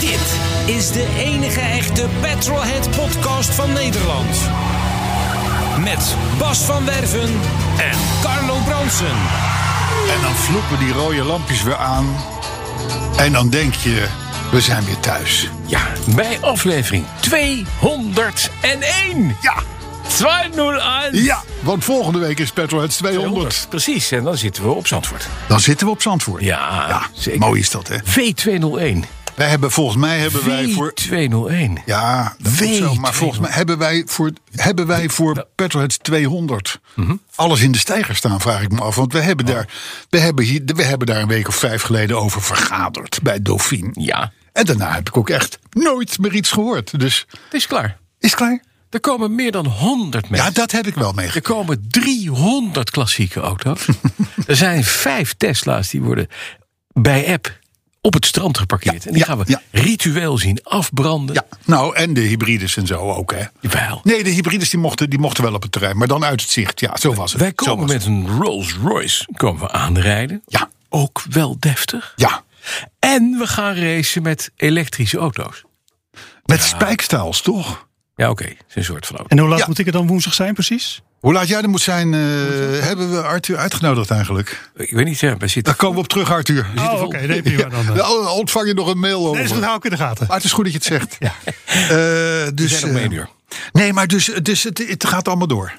Dit is de enige echte Petrolhead podcast van Nederland. Met Bas van Werven en Carlo Bronsen. En dan vloepen die rode lampjes weer aan. En dan denk je, we zijn weer thuis. Ja, bij aflevering 201. Ja, 201. ja. Want volgende week is Petrolheads 200. 200. Precies, en dan zitten we op Zandvoort. Dan zitten we op Zandvoort. Ja, zeker. mooi is dat, hè? V201. Wij hebben, volgens mij hebben wij voor... V201. Ja, dat Weet is zo. Maar wel. volgens mij hebben wij voor, hebben wij voor Petrolheads 200 Mhm. alles in de stijger staan, vraag ik me af. Want we hebben, daar, we, hebben hier, we hebben daar een week of vijf geleden over vergaderd bij Dauphine. Ja, En daarna heb ik ook echt nooit meer iets gehoord. Dus het is klaar. is klaar? Er komen meer dan 100 mensen. Ja, dat heb ik wel Er meegekregen. komen 300 klassieke auto's. er zijn vijf Tesla's die worden bij app op het strand geparkeerd. en die ja, gaan we ja. ritueel zien afbranden. Ja, nou en de hybrides en zo ook, hè? Jawel. Nee, de hybrides die mochten, die mochten wel op het terrein, maar dan uit het zicht. Ja, zo was het. Wij Zo komen was het. met een Rolls Royce komen we aanrijden. Ja. Ook wel deftig. Ja, En we gaan racen met elektrische auto's. met spijkstaals, toch? Ja, oké. Het is een soort van auto. En hoe laat Ja. moet ik er dan woensdag zijn, precies? Hoe laat jij er moet zijn, eh, hebben we Arthur uitgenodigd eigenlijk? Ik weet niet, ja, we zitten... Daar komen we op terug, Arthur. Oh, oké, nee, prima dan. eh. Ja, dan ontvang je nog een mail Nee, over. dus dat hou ik in de gaten. Maar het is goed dat je het zegt. Ja. Eh, zijn dus, nog eh, maar één uur. Nee, maar dus, dus het, het gaat allemaal door.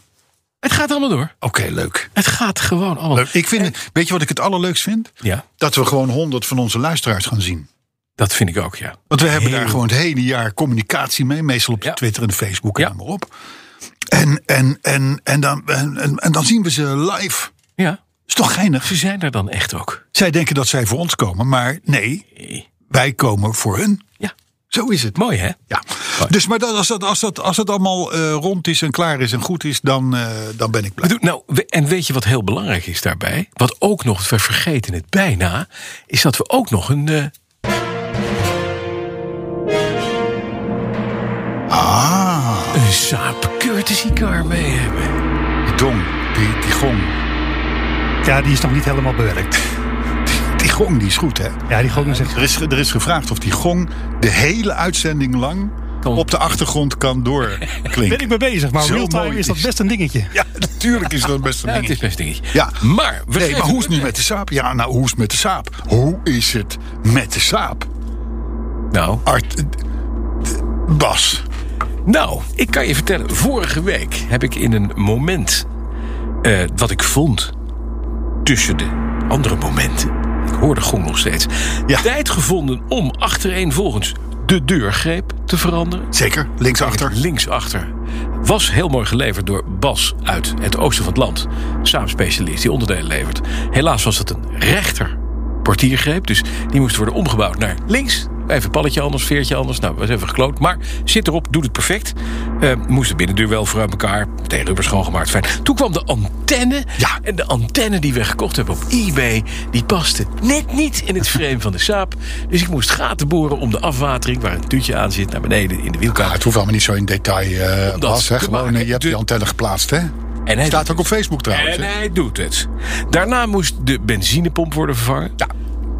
Het gaat allemaal door. Oké, leuk. Het gaat gewoon allemaal. Leuk. Ik vind, het- weet je wat ik het allerleukst vind? Ja, Dat we gewoon honderd van onze luisteraars gaan zien. dat vind ik ook, ja. Want we hebben Heel- daar gewoon het hele jaar communicatie mee. Meestal op Ja. Twitter en Facebook en Ja. noem maar op. En, en, en, en, dan, en, en- en dan zien we ze live. Ja, Is toch geinig? ze zijn er dan echt ook. Zij denken dat zij voor ons komen. Maar nee, Nee. wij komen voor hun. Ja, Zo is het. mooi hè? Ja. Dus maar dat, als, dat, als, dat, als het allemaal eh, rond is en klaar is en goed is, dan, eh, dan ben ik We blij. doen, nou, we- en weet je wat heel belangrijk is daarbij? Wat ook nog, we vergeten het bijna, is dat we ook nog een... eh, Ah, Een Saab courtesy car mee hebben. die dong, die, die gong. Ja, die is nog niet helemaal bewerkt. Die gong, die is goed hè. Ja, die gewoon zegt. Er is, ge- er is gevraagd of die gong de hele uitzending lang Kan- op de achtergrond kan Ben doorklinken. ik mee bezig, maar Zo real-time mooi is dat is- best een dingetje. Ja, natuurlijk is dat best Ja, een het is dingetje. best een dingetje. Ja. Maar, we Nee, geven maar hoe is een- het nu met de saap? Ja, nou, hoe is het met de saap? Hoe is het met de saap? Nou, Art... eh, d- Bas. nou, ik kan je vertellen. Vorige week heb ik in een moment... eh, wat ik vond tussen de andere momenten... ik hoor de gong nog steeds... Ja. tijd gevonden om achtereenvolgens de deurgreep te veranderen. Zeker, linksachter. Linksachter. Was heel mooi geleverd door Bas uit het oosten van het land. Saamspecialist die onderdelen levert. Helaas was dat een rechter portiergreep. Dus die moest worden omgebouwd naar links. Even palletje anders, veertje anders. Nou, was even gekloot. Maar zit erop, doet het perfect. Eh, moest de binnendeur wel voor uit elkaar. Meteen rubber schoongemaakt. Fijn. Toen kwam de antenne. Ja. En de antenne die we gekocht hebben op eBay, die paste net niet in het frame van de saap. Dus ik moest gaten boren om de afwatering, waar een tuutje aan zit, naar beneden in de Ja, wielkaart. het hoeft allemaal niet zo in detail, eh, Om dat Bas. Hè. te Gewoon, maken. eh, je hebt De- die antenne geplaatst, hè? En hij Staat ook op Facebook trouwens. En hè. hij doet het. Daarna moest de benzinepomp worden vervangen. Ja.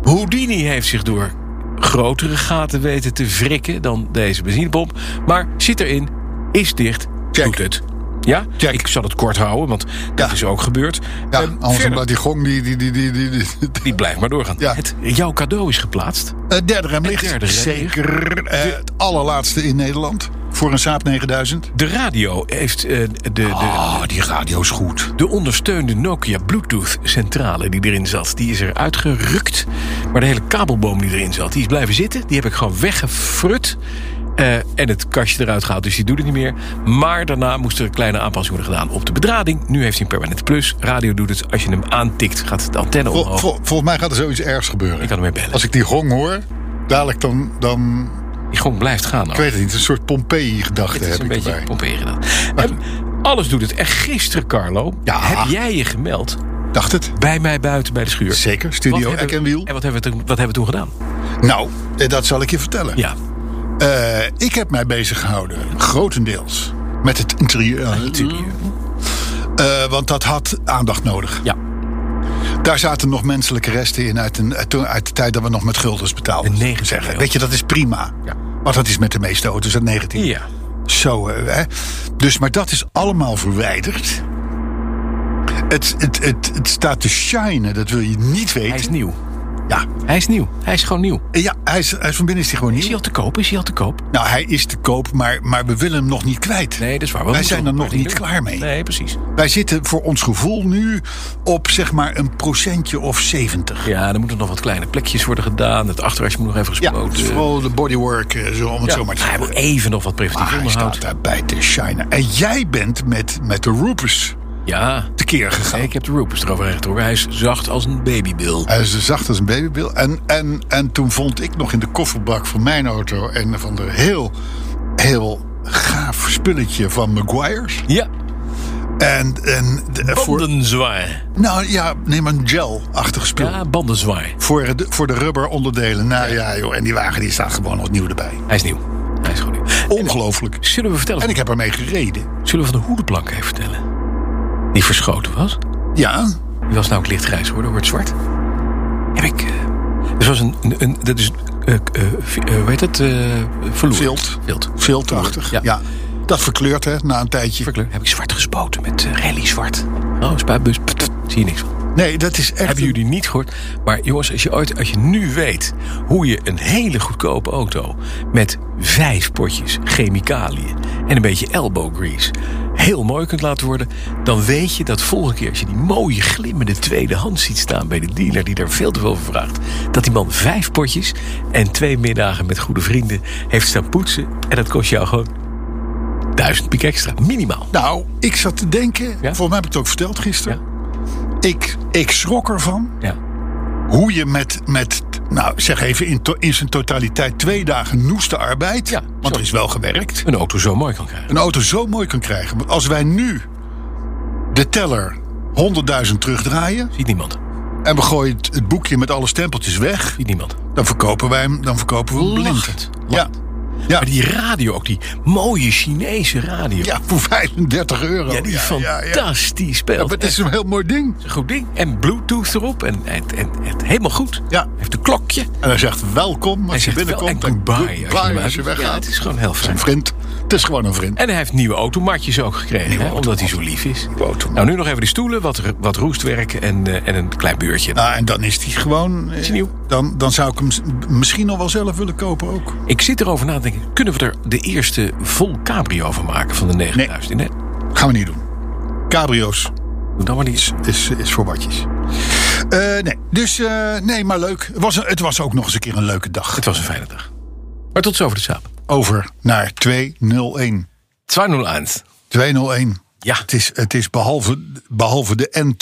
Houdini heeft zich door grotere gaten weten te wrikken dan deze benzinepomp. Maar zit erin, is dicht, Check. doet het. Ja, Check. ik zal het kort houden, want dat Ja. is ook gebeurd. Ja, Ehm, anders verder, dan die gong, die... die, die, die, die, die- die blijft maar doorgaan. Ja. Het, jouw cadeau is geplaatst. Eh, derde rem ligt. derde rem Zeker. eh, het allerlaatste in Nederland. Voor een saap 9000. De radio heeft eh, de, de, Oh, die radio is goed. de ondersteunde Nokia Bluetooth centrale die erin zat, die is eruit gerukt. Maar de hele kabelboom die erin zat, die is blijven zitten. Die heb ik gewoon weggefrut. Eh, en het kastje eruit gehaald, dus die doet het niet meer. Maar daarna moest er een kleine aanpassing worden gedaan op de bedrading. Nu heeft hij een permanent plus. Radio doet het. Als je hem aantikt, gaat de antenne Vol- omhoog. vol- volgens mij gaat er zoiets ergs gebeuren. Ik kan hem weer bellen. Als ik die gong hoor, dadelijk dan, dan Die gong blijft gaan. ik weet het niet, een soort Pompeii-gedachte Het is heb een ik beetje erbij. pomperen dan. En alles doet het. En gisteren, Carlo, Ja. heb jij je gemeld Dacht het? bij mij buiten bij de schuur. Zeker, Wat Studio hebben- Eck en Wiel. En wat hebben, we toen, wat hebben we toen gedaan? Nou, eh, dat zal ik je vertellen. Ja, Eh, ik heb mij bezig gehouden, grotendeels, met het interieur. natuurlijk. Eh, want dat had aandacht nodig. Ja, Daar zaten nog menselijke resten in uit, een, uit, toen- uit de tijd dat we nog met guldens betaalden. De 19e Zeggen. eeuw. Weet je, dat is prima. Ja. Maar dat is met de meeste auto's uit 19. ja. Zo, eh, hè. Dus, maar dat is allemaal verwijderd. Het, het, het, het staat te shinen, dat wil je niet weten. hij is nieuw. Ja, Hij is nieuw. Hij is gewoon nieuw. Eh, ja hij is, hij is van binnen is hij gewoon Is hij nieuw. al te koop? Is hij al te koop? Nou, hij is te koop, maar, maar we willen hem nog niet kwijt. Nee, dat is waar. We Wij moeten zijn er een nog paar niet dingen doen. klaar mee. Nee, precies. Wij zitten voor ons gevoel nu op zeg maar een procentje of 70. Ja, er moeten nog wat kleine plekjes worden gedaan. Het achterrasje moet nog even Ja, gespoten. dus vooral de bodywork, eh, zo, om het Oh, Ja, zo maar te maar hij zeggen. moet even nog wat preventief Maar hij staat onderhoud. daarbij te shinen. En jij bent met, met de Roopers Ja, tekeer gegaan. nee, ik heb de roepers erover recht hoor. Hij is zacht als een babybil. Hij is zacht als een babybil. En, en, en toen vond ik nog in de kofferbak van mijn auto... en van de heel, heel gaaf spulletje van Maguire's. Ja, En, en de- voor, bandenzwaai. nou ja, neem een gel-achtig spul. Ja, bandenzwaai. Voor, de, voor de rubberonderdelen. Nou ja, joh. En die wagen die staat gewoon opnieuw erbij. Hij is nieuw. Hij is gewoon nieuw. Ongelooflijk. Zullen we vertellen? En ik heb ermee gereden. Zullen we van de hoedenplank even vertellen? Die verschoten was. Ja, Die was nou ook lichtgrijs hoor, dan wordt het zwart. Heb ik. eh, Dus was een. een, een- dat is. eh eh, vi- eh, hoe heet het? eh verloren. Vilt. Vilt. filterachtig. Ja. Ja. Dat verkleurt, hè, na een tijdje. Verkleur. Heb ik zwart gespoten met eh, rally zwart. Oh, spuitbus. Pff, pff, Zie je niks van. Nee, dat is echt... Hebben jullie niet gehoord? Maar jongens, als je, ooit, als je nu weet hoe je een hele goedkope auto met vijf potjes chemicaliën en een beetje elbow grease heel mooi kunt laten worden, dan weet je dat volgende keer als je die mooie glimmende tweedehands ziet staan bij de dealer die daar veel te veel voor vraagt, dat die man vijf potjes en twee middagen met goede vrienden heeft staan poetsen en dat kost jou gewoon duizend piek extra, minimaal. Nou, ik zat te denken... Volgens mij heb ik het ook verteld gisteren. Ik, ik schrok ervan Ja. hoe je met, met nou zeg even, in, to- in zijn totaliteit twee dagen noeste arbeid... Ja, want zo. er is wel gewerkt, Een auto zo mooi kan krijgen. een auto zo mooi kan krijgen. Want als wij nu de teller 100.000 terugdraaien... Ziet niemand. en we gooien het, het boekje met alle stempeltjes weg... Ziet niemand. dan verkopen wij hem, dan verkopen we hem blind. Lachend. Ja. Ja. Maar die radio ook, die mooie Chinese radio. Ja, voor 35 euro. Ja, die ja. fantastisch speelt. Ja, maar het is een heel mooi ding. Echt een goed ding. En Bluetooth erop. En, en, en, en helemaal goed. Ja. Hij Heeft een klokje. En hij zegt welkom als Hij je zegt wel binnenkomt. en En goodbye als je goodbye als je eruit- Ja, weggaat. het is gewoon heel Het is een fijn. vriend. Het is gewoon een vriend. En hij heeft nieuwe automatjes ook gekregen, Nieuwe hè, omdat hij zo lief is. automat. Nou, nu nog even die stoelen, wat, r- wat roestwerk en, eh, en een klein buurtje. Nou, en dan is die gewoon... eh, hij nieuw? Dan, dan zou ik hem s- misschien nog wel zelf willen kopen ook. Ik zit erover na te denken, kunnen we er de eerste vol cabrio van maken van de 9000? Nee. Gaan we niet doen. Cabrio's doe dan maar niet. is, is voor watjes. Eh, nee, dus eh, nee, maar leuk. Het was, een- het was ook nog eens een keer een leuke dag. Het was een fijne dag. Maar tot zover de saap. Over naar 201. 201. 201. Ja. Het is, het is behalve, behalve de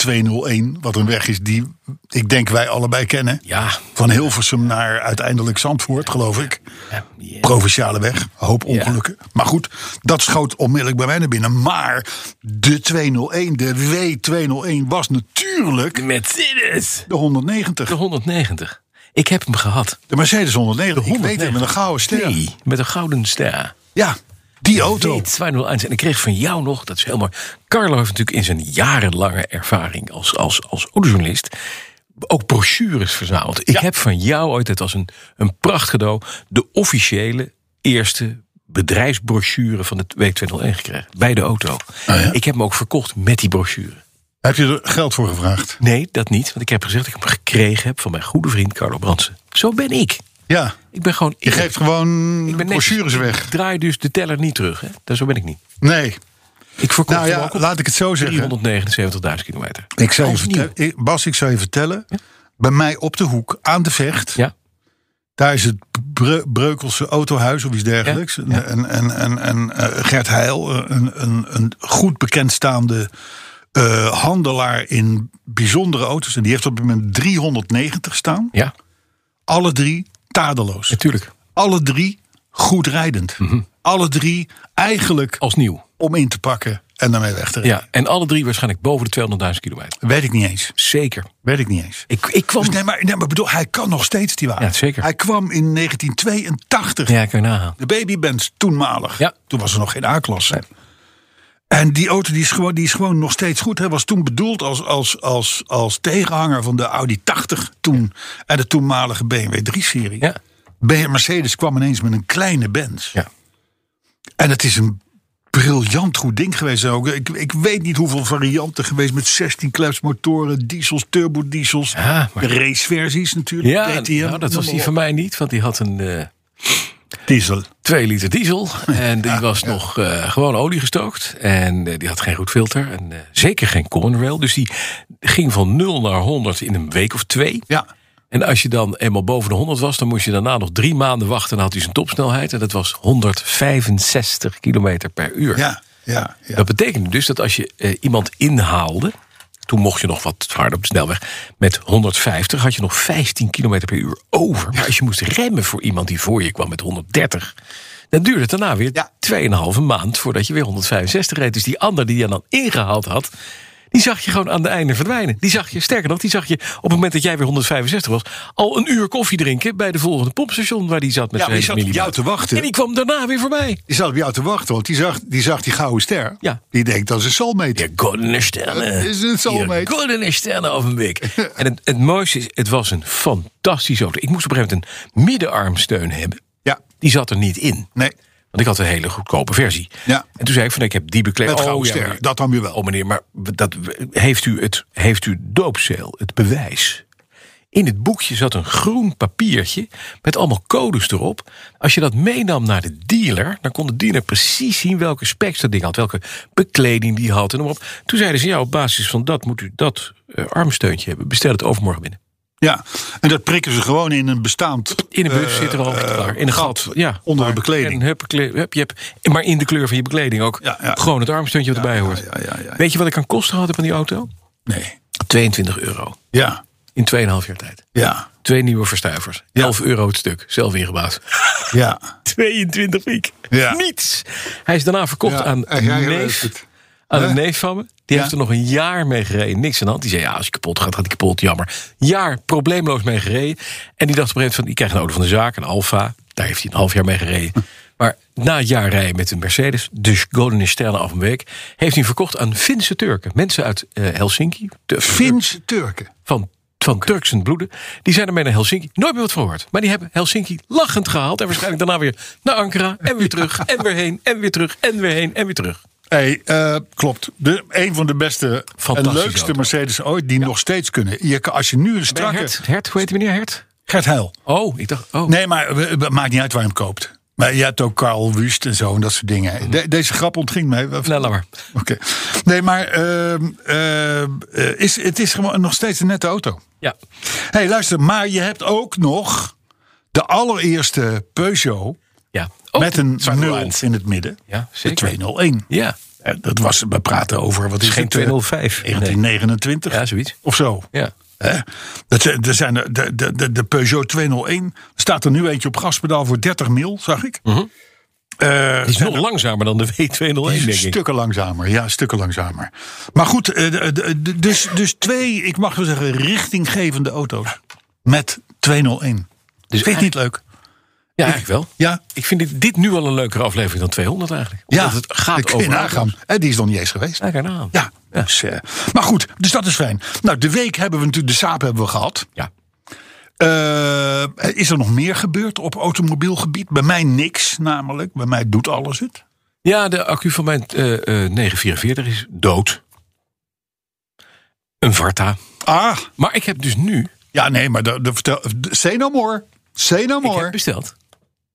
N201, wat een weg is die ik denk wij allebei kennen. Ja. Van Hilversum naar uiteindelijk Zandvoort, geloof ik. Ja, ja. Provinciale weg, een hoop ongelukken. Maar goed, dat schoot onmiddellijk bij mij naar binnen. Maar de 201, de W201 was natuurlijk De Mercedes. de 190. De 190. Ik heb hem gehad. De Mercedes 190, ik weet het, met een gouden ster. Nee, met een gouden ster. Ja, die auto. Nee, 201. En ik kreeg van jou nog, dat is heel mooi. Carlo heeft natuurlijk in zijn jarenlange ervaring als, als, als autojournalist ook brochures verzameld. Ik heb van jou ooit, het was een, een prachtcadeau, de officiële eerste bedrijfsbrochure van de W201 gekregen. Bij de auto. Oh ja. Ik heb hem ook verkocht met die brochure. Heb je er geld voor gevraagd? Nee, dat niet. Want ik heb gezegd dat ik hem gekregen heb van mijn goede vriend Carlo Brandsen. Zo ben ik. Ja, Ik ben gewoon. je geeft gewoon ik ben netjes. brochures Ik weg. draai dus de teller niet terug. Hè? Daar- Zo ben ik niet. Nee, Ik verkocht nou hem ja, ook op laat ik het zo zeggen. 379.000 kilometer. Ik zou je Als nieuw. vertellen, ik- Bas, ik zou je vertellen. Bij mij op de hoek, aan de vecht, Ja, Daar is het Bre- Breukelse Autohuis of iets dergelijks. En, en, en, en eh, Gert Heil, eh, een, een, een goed bekendstaande eh, handelaar in bijzondere auto's. En die heeft op het moment 390 staan. Ja, Alle drie tadeloos. natuurlijk. Mhm. Alle drie goed rijdend. Alle drie eigenlijk Als nieuw. om in te pakken en daarmee weg te rijden. Ja, en alle drie waarschijnlijk boven de 200.000 kilometer. Weet ik niet eens. Zeker. Weet ik niet eens. Ik, ik kwam... Dus nee, maar, nee, maar bedoel, hij kan nog steeds die wagen. Ja, zeker. Hij kwam in 1982. Ja, kun je nagaan. De babybands toenmalig. Ja. Toen was er nog geen A-klasse. En die auto die is, gewoon, die is gewoon nog steeds goed. Hij was toen bedoeld als, als, als, als tegenhanger van de Audi 80 toen. En de toenmalige BMW 3-serie. Ja. Mercedes kwam ineens met een kleine Benz. Ja. En het is een briljant goed ding geweest ook. Ik, ik weet niet hoeveel varianten geweest met 16 kleps motoren, diesels, turbodiesels. Ja, maar- De raceversies natuurlijk. Ja, DTM, nou, dat was die van mij niet, want die had een eh diesel. 2 liter diesel. En die was nog eh, gewoon olie gestookt. En eh, die had geen goed filter. En eh, zeker geen common rail. Dus die ging van 0 naar 100 in een week of twee. Ja. En als je dan eenmaal boven de 100 was, dan moest je daarna nog drie maanden wachten. En dan had hij zijn topsnelheid. En dat was 165 kilometer per uur. Ja, ja, ja. Dat betekende dus dat als je eh, iemand inhaalde. Toen mocht je nog wat harder op de snelweg. Met 150 had je nog 15 km per uur over. Maar als je moest remmen voor iemand die voor je kwam met 130. Dan duurde het daarna weer Ja. 2,5 maand voordat je weer 165 reed. Dus die ander die je dan ingehaald had. Die zag je gewoon aan de einde verdwijnen. Die zag je, sterker nog, die zag je op het moment dat jij weer 165 was. al een uur koffie drinken bij de volgende pompstation waar die zat met Ja, zijn hele die zat op familie. jou te wachten. En die kwam daarna weer voorbij. Die zat op jou te wachten, want die zag die, zag die gouden ster. Ja. Die denkt, dat is een soulmate. Je goldene sterren. Het is een soulmate. Je goldene sterren op een week. en het, het mooiste is, het was een fantastische auto. Ik moest op een gegeven moment een middenarmsteun hebben. Ja. Die zat er niet in. Nee. Want ik had een hele goedkope versie. Ja. En toen zei ik van, ik heb die bekleed. Oh, Met gouden ster. meneer. Dat dan weer wel. Oh meneer, maar dat, heeft u het heeft u doopzeel, het bewijs? In het boekje zat een groen papiertje met allemaal codes erop. Als je dat meenam naar de dealer, dan kon de dealer precies zien welke specs dat ding had, welke bekleding die had en noem maar op. Toen zeiden ze: ja, op basis van dat moet u dat eh, armsteuntje hebben. Bestel het overmorgen binnen. Ja. En dat prikken ze gewoon in een bestaand... In een bus eh, zit er al eh, klaar. In een gat. ja. onder de Maar- bekleding. En hup, kle- hup, je hebt, maar in de kleur van je bekleding ook. Ja, ja. Gewoon het armsteuntje wat erbij hoort. ja, ja, ja, ja. Weet je wat ik aan kosten had van die auto? Nee. 22 euro. Ja. In 2,5 jaar tijd. Ja. Twee nieuwe verstuivers. 11 euro het stuk. Zelf ingebouwd. Ja. 22 piek. Ja. Niets. Hij is daarna verkocht Ja, aan, hij een heeft neef, het. aan Hè? een neef van me. Die Ja. heeft er nog een jaar mee gereden. Niks aan de hand. Die zei, ja, als je kapot gaat, gaat hij kapot. Jammer. Jaar probleemloos mee gereden. En die dacht op een gegeven moment van, ik krijg een auto van de zaak. Een Alfa. Daar heeft hij een half jaar mee gereden. Maar na een jaar rijden met een Mercedes, dus Golden Sterne af een week, heeft hij verkocht aan Finse Turken. Mensen uit eh, Helsinki. De- Finse Turken. van, van Turkse bloeden. Die zijn ermee naar Helsinki. Nooit meer wat van gehoord. Maar die hebben Helsinki lachend gehaald. En waarschijnlijk daarna weer naar Ankara. En weer terug. En weer heen. En weer terug. En weer heen. En weer terug. Hey, eh, klopt. De, een van de beste en Fantastische leukste auto. Mercedes ooit die nog steeds kunnen. Je, kan- als je nu een strakke... Hert, Hert, hoe heet die meneer Hert? Gert Heil. Oh, ik dacht. Oh. Nee, maar eh, eh, maakt niet uit waar je hem koopt. Maar je hebt ook Karl Wust en zo en dat soort dingen. De- deze grap ontging mij. Hmm. Nou, laat maar. Oké. Nee, maar ehm, ehm, eh, is, het is gewoon nog steeds een nette auto. Ja. Hé, hey, luister, maar je hebt ook nog de allereerste Peugeot ja. Oh, met een zwarte 0 lijn. in het midden. Ja, de zeker. 201. Ja. Eh, Dat was, we praten over, wat is Geen het, eh, 205. Nee. 1929 Ja, zoiets. of zo. Ja. Hè? Dat, zijn- er zijn er- de, de, de, de Peugeot 201 staat er nu eentje op gaspedaal voor 30 mil, zag ik. Eh, Mhm. Die is nog langzamer dan de W201, denk ik. Stukken langzamer, ja, stukken langzamer. Maar goed, eh, de- de- de- dus, dus twee, ik mag wel zeggen, richtinggevende auto's. Met 201. Dus Vind je het niet leuk? Ja, eigenlijk wel. Ja, Ik vind dit, dit nu al een leukere aflevering dan 200 eigenlijk. ja. Omdat het gaat ik over. vind nagaan. Hè, Die is nog niet eens geweest. Daar gaan we aan. Ja, dus, eh, maar goed, dus dat is fijn. Nou, de week hebben we natuurlijk, de saap hebben we gehad. Ja. Eh, is er nog meer gebeurd op automobielgebied? Bij mij niks namelijk. Bij mij doet alles het. Ja, de accu van mijn eh eh, 944 is dood. Een Varta. Ah, Maar ik heb dus nu ja, nee, maar de, de, vertel, de, say no more. Say no ik more. heb besteld.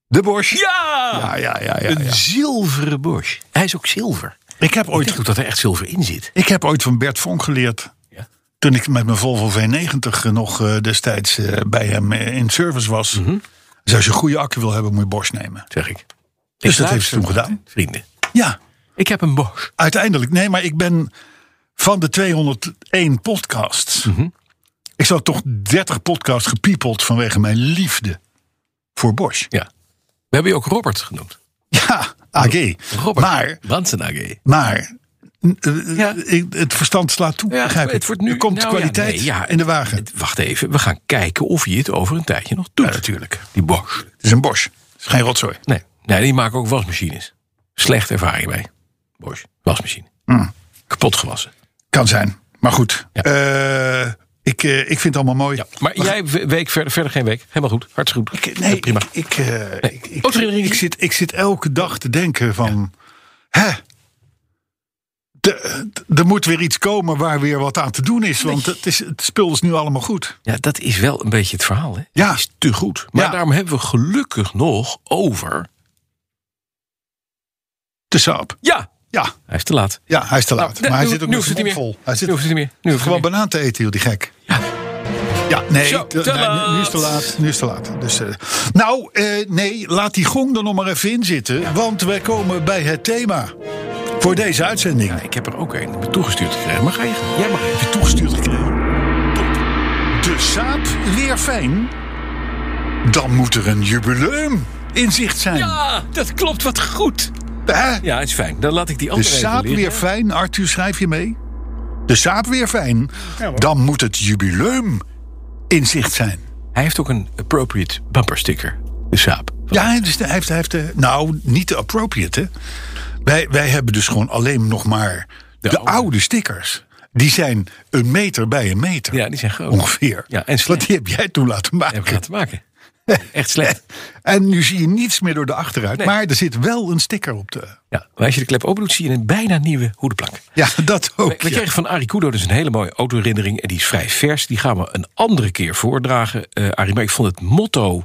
De Bosch. Ja! Ja, ja, ja, ja, Een ja. zilveren Bosch. Hij is ook zilver. Dus Ik heb Ik ooit denk ook dat er echt zilver in zit. Ik heb ooit van Bert Vonk geleerd. Ja. Toen ik met mijn Volvo V90 nog eh, destijds eh, bij hem eh, in service was. Dus als je een goede accu wil hebben, moet je Bosch nemen. zeg ik. Dus Ik dat heeft ze luister, toen gedaan. Vrienden, Ja, ik heb een Bosch. uiteindelijk. Nee, maar ik ben van de 201 podcasts. Mhm. Ik zou toch 30 podcasts gepiepeld vanwege mijn liefde voor Bosch. Ja. We hebben je ook Robert genoemd. Ja, AG. Robert Maar, Bransen AG. maar eh, Ja. ik- het verstand slaat toe. Ja, begrijp het ik. wordt nu- er komt nou ja, kwaliteit nee, ja. in de wagen. Het Het- Wacht even, we gaan kijken of hij het over een tijdje nog doet. natuurlijk. Die Bosch. is een Bosch. Het is geen rotzooi. Nee, nee die maken ook wasmachines. Slecht ervaring bij. Bosch, wasmachine. Kapot gewassen. Kan zijn. Maar goed. Ja. eh, ik, eh, ik vind het allemaal mooi. Ja, maar We jij we- week verder, verder geen week. Helemaal goed. Hartstikke goed. Ik- nee, Ja, prima. Ik, ik, eh, ik, ik- Oh, sorry, Rick. ik zit, ik zit elke dag te denken van... Hè? de- de- Er moet weer iets komen waar weer wat aan te doen is. Want het, is, het spul is nu allemaal goed. Ja, dat is wel een beetje het verhaal. Hè? Ja. Het is te goed. Maar Ja. daarom hebben we gelukkig nog over. Te saap. Ja, Ja, hij is te laat. ja, hij is te laat. Nou, maar hij nu- zit ook nu met hoeft het zijn niet mond meer. vol. Hij zit Nu hoeft het niet meer. Nu hoeft het gewoon niet banaan te eten, joh, die gek. Ja, nee, Zo, de- te nee, nu- nu laat. is te laat. Nu is te laat. Dus, eh, nou, eh, nee, laat die gong er nog maar even in zitten. Want wij komen bij het thema voor deze uitzending. Ja, ik heb er ook een Ik heb het toegestuurd gekregen. Maar ga je gang. Jij mag even. Heb je toegestuurd gekregen? Top. De saap weer fijn? Dan moet er een jubileum in zicht zijn. Ja, dat klopt. Wat goed. Hè? Ja, is fijn. Dan laat ik die De andere even saap liggen. weer fijn, Arthur, schrijf je mee? De saap weer fijn? Dan moet het jubileum in zicht zijn. Hij heeft ook een appropriate bumper sticker. De saap. Ja, dus hij heeft, hij heeft de, nou, niet de appropriate. hè. Wij, wij hebben dus gewoon alleen nog maar de, oude. oude. stickers. Die zijn een meter bij een meter. Ja, die zijn groot. Ongeveer. Ja, en Want slecht. die heb jij toen laten Heb ik maken. laten maken. Echt slecht. En nu zie je niets meer door de achteruit. Nee. Maar er zit wel een sticker op de... Ja, maar als je de klep open doet, zie je een bijna nieuwe hoedenplank. Ja, dat We, ook. we ja. kregen van Arie Kudo dus een hele mooie autoherinnering. En die is vrij vers. Die gaan we een andere keer voordragen. Eh Arie, maar ik vond het motto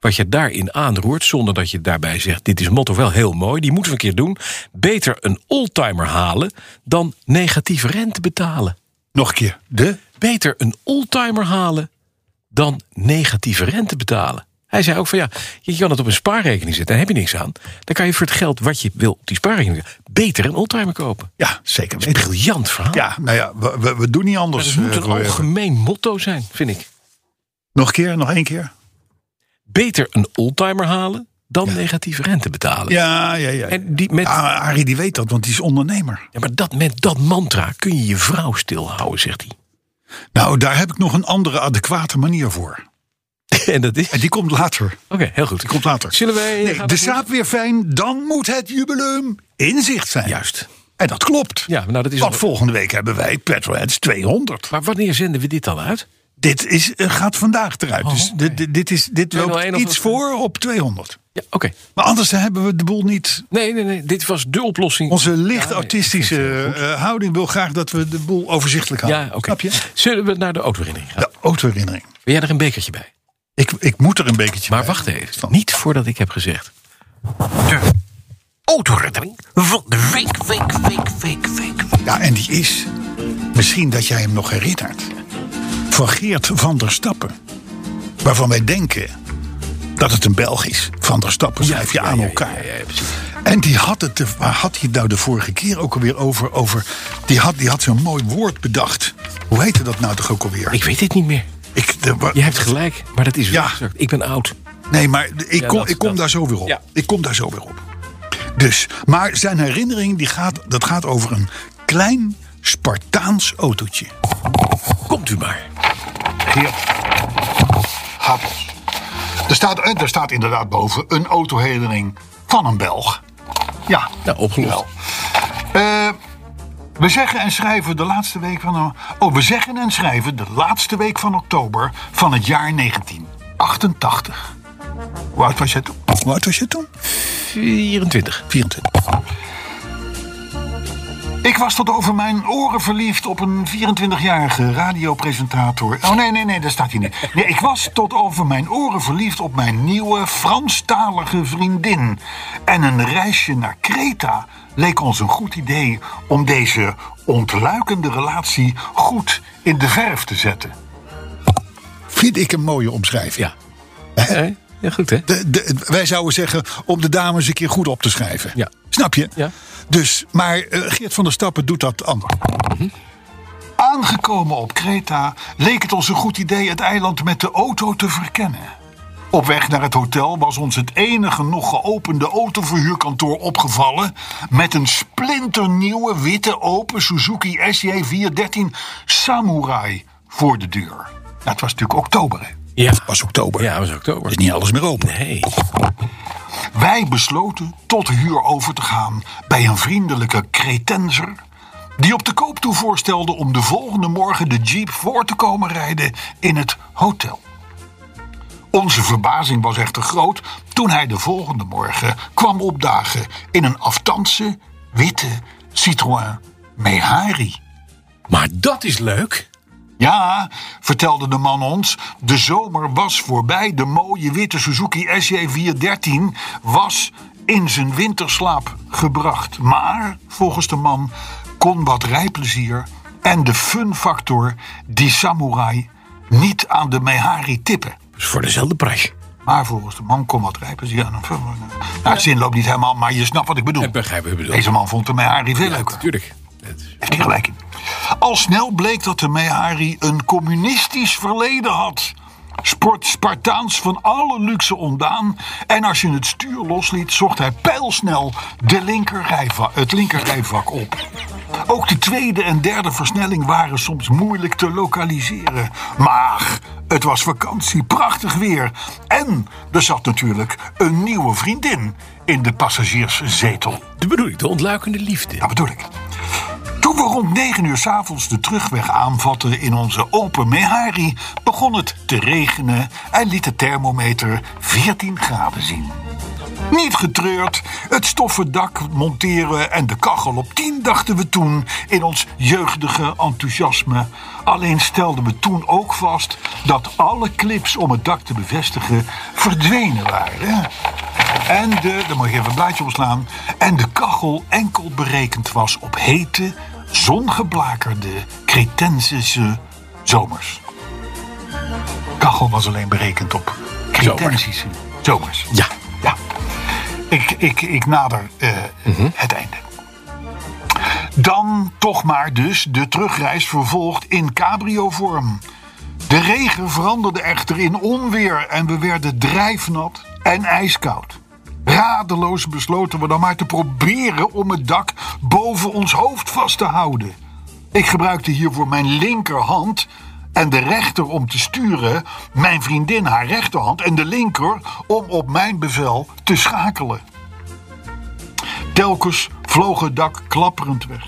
wat je daarin aanroert... zonder dat je daarbij zegt, dit is motto wel heel mooi. Die moeten we een keer doen. Beter een oldtimer halen dan negatieve rente betalen. Nog een keer. De? beter een oldtimer halen dan negatieve rente betalen. Hij zei ook van ja, je kan het op een spaarrekening zetten, daar heb je niks aan. Dan kan je voor het geld wat je wil op die spaarrekening zetten, beter een oldtimer kopen. Ja, zeker. Een briljant verhaal. Ja, nou ja, we, we, we doen niet Maar anders. het moet eh, een voor- algemeen motto zijn, vind ik. Nog een keer, nog één keer. Beter een oldtimer halen dan negatieve rente betalen. Ja, ja, ja. En die met, Ah, Arie die weet dat, want die is ondernemer. ja, maar dat, met dat mantra kun je je vrouw stilhouden, zegt hij. Nou, daar heb ik nog een andere adequate manier voor. en dat is. En Oké, die komt later. heel goed. Die komt later. Zullen wij. Nee, gaan de we- saap weer fijn, dan moet het jubileum in zicht zijn. Juist. En dat klopt. Ja, nou, dat is Want al- volgende week hebben wij Petrolheads 200. Maar wanneer zenden we dit dan uit? Dit is, eh, gaat vandaag eruit. dus oké. dit, dit- dit, is, dit 201 loopt of iets wat? voor op 200. Ja, oké. Maar anders hebben we de boel niet. Nee, nee, nee. Dit was de oplossing. Onze licht Ja, nee, autistische ik vind het heel goed. eh, houding wil graag dat we de boel overzichtelijk houden. Ja, oké. Snap je? Zullen we naar de autoherinnering gaan? De autoherinnering. Wil jij er een bekertje bij? Ik, ik moet er een bekertje Maar bij. wacht even. Eh, Niet voordat ik heb gezegd. De autoherinnering van de week, week, week, week, week. Ja, en die is, misschien dat jij hem nog herinnert, van Geert van der Stappen. Waarvan wij denken dat het een Belg is. Van der Stappen schrijf je aan elkaar. Ja, ja, ja, precies. En die had het, de- waar had hij het nou de vorige keer ook alweer over? over die had, die had zo'n mooi woord bedacht. Hoe heette dat nou toch ook alweer? Ik weet dit niet meer. Ik, de- wa- Je hebt gelijk, maar dat is wel Ja. gezegd. Ik ben oud. Nee, maar ik kom, dat- ik kom dat- daar zo weer op. Ja. Ik kom daar zo weer op. Dus, maar zijn herinnering die gaat, dat gaat over een klein Spartaans autootje. Komt u maar. Hier. Happels. Er staat, eh, er staat inderdaad boven een autoherinnering van een Belg. Ja, Nou, opgelost. wel. Eh, we zeggen en schrijven de laatste week van... Oh, we zeggen en schrijven de laatste week van oktober van het jaar 1988. Hoe oud was jij toen? Hoe oud was je toen? 24. 24. Ik was tot over mijn oren verliefd op een 24-jarige radiopresentator. Oh nee, nee, nee, dat staat hier niet. Nee, ik was tot over mijn oren verliefd op mijn nieuwe Franstalige vriendin. En een reisje naar Kreta leek ons een goed idee om deze ontluikende relatie goed in de verf te zetten. Vind ik een mooie omschrijving. Ja. Hè? Ja, goed hè? De, de- wij zouden zeggen om de dames een keer goed op te schrijven. Ja. Snap je? Ja. Dus, maar eh, Geert van der Stappen doet dat anders. Aangekomen op Kreta leek het ons een goed idee het eiland met de auto te verkennen. Op weg naar het hotel was ons het enige nog geopende autoverhuurkantoor opgevallen. met een splinternieuwe witte open Suzuki SJ413 Samurai voor de deur. Dat was natuurlijk oktober. hè? Ja. Was oktober. Ja, was oktober. Is niet alles meer open. Nee. Wij besloten tot huur over te gaan bij een vriendelijke cretenser. Die op de koop toe voorstelde om de volgende morgen de jeep voor te komen rijden in het hotel. Onze verbazing was echter groot toen hij de volgende morgen kwam opdagen in een aftandse, witte Citroën Mehari. Maar dat is leuk. Ja, vertelde de man ons, de zomer was voorbij. De mooie witte Suzuki SJ413 was in zijn winterslaap gebracht. Maar, volgens de man, kon wat rijplezier en de funfactor die samurai niet aan de Mehari tippen. Dus voor dezelfde prijs. Maar volgens de man kon wat rijplezier aan een fun. Nou, het zin loopt niet helemaal, maar je snapt wat ik bedoel. Ik begrijp wat je bedoelt. Deze man vond de Mehari veel leuker. Tuurlijk. Het is- Heeft hij gelijk in. Al snel bleek dat de Mehari een communistisch verleden had. Sport Spartaans van alle luxe ontdaan. En als je het stuur losliet, zocht hij pijlsnel de linkerrijva- het linkerrijvak op. Ook de tweede en derde versnelling waren soms moeilijk te lokaliseren. Maar het was vakantie, prachtig weer. En er zat natuurlijk een nieuwe vriendin in de passagierszetel. De bedoeling, de ontluikende liefde. Dat bedoel ik. Toen we rond 9 uur s'avonds de terugweg aanvatten in onze open Mehari, begon het te regenen en liet de thermometer 14 graden zien. Niet getreurd, het stoffen dak monteren en de kachel op 10 dachten we toen in ons jeugdige enthousiasme. Alleen stelden we toen ook vast dat alle clips om het dak te bevestigen verdwenen waren. En de, daar moet ik even een blaadje omslaan, en de kachel enkel berekend was op hete, zongeblakerde, Cretensische zomers. Kachel was alleen berekend op Cretensische zomers. Ja. Ja. Ik, ik, ik nader eh, het einde. Dan toch maar dus de terugreis vervolgd in cabrio-vorm. De regen veranderde echter in onweer en we werden drijfnat en ijskoud. Radeloos besloten we dan maar te proberen om het dak boven ons hoofd vast te houden. Ik gebruikte hiervoor mijn linkerhand en de rechter om te sturen, mijn vriendin haar rechterhand en de linker om op mijn bevel te schakelen. Telkens vloog het dak klapperend weg.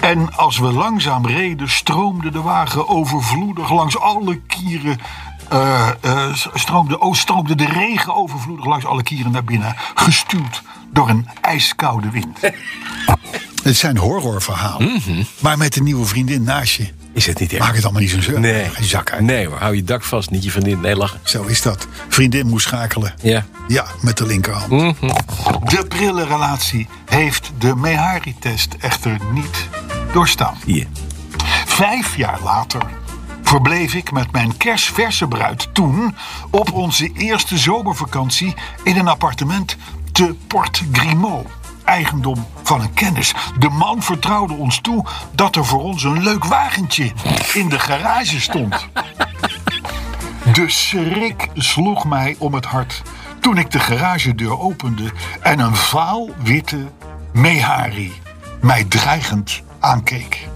En als we langzaam reden, stroomde de wagen overvloedig langs alle kieren. eh, eh, stroomde, oh, stroomde de regen overvloedig langs alle kieren naar binnen. Gestuurd door een ijskoude wind. Het zijn horrorverhalen. Maar met een nieuwe vriendin naast je. Is het niet Maak erg? het allemaal niet zo'n zeur. Nee. Geen zak uit. Nee hoor, hou je dak vast, niet je vriendin. Nee, lachen. Zo is dat. Vriendin moest schakelen. Ja. Ja, met de linkerhand. De prille relatie heeft de Mehari-test echter niet doorstaan. Hier. Vijf jaar later verbleef ik met mijn kersverse bruid toen op onze eerste zomervakantie in een appartement te Port Grimaud. Eigendom van een kennis. De man vertrouwde ons toe dat er voor ons een leuk wagentje in de garage stond. De schrik sloeg mij om het hart toen ik de garagedeur opende en een vaal witte Mehari mij dreigend aankeek.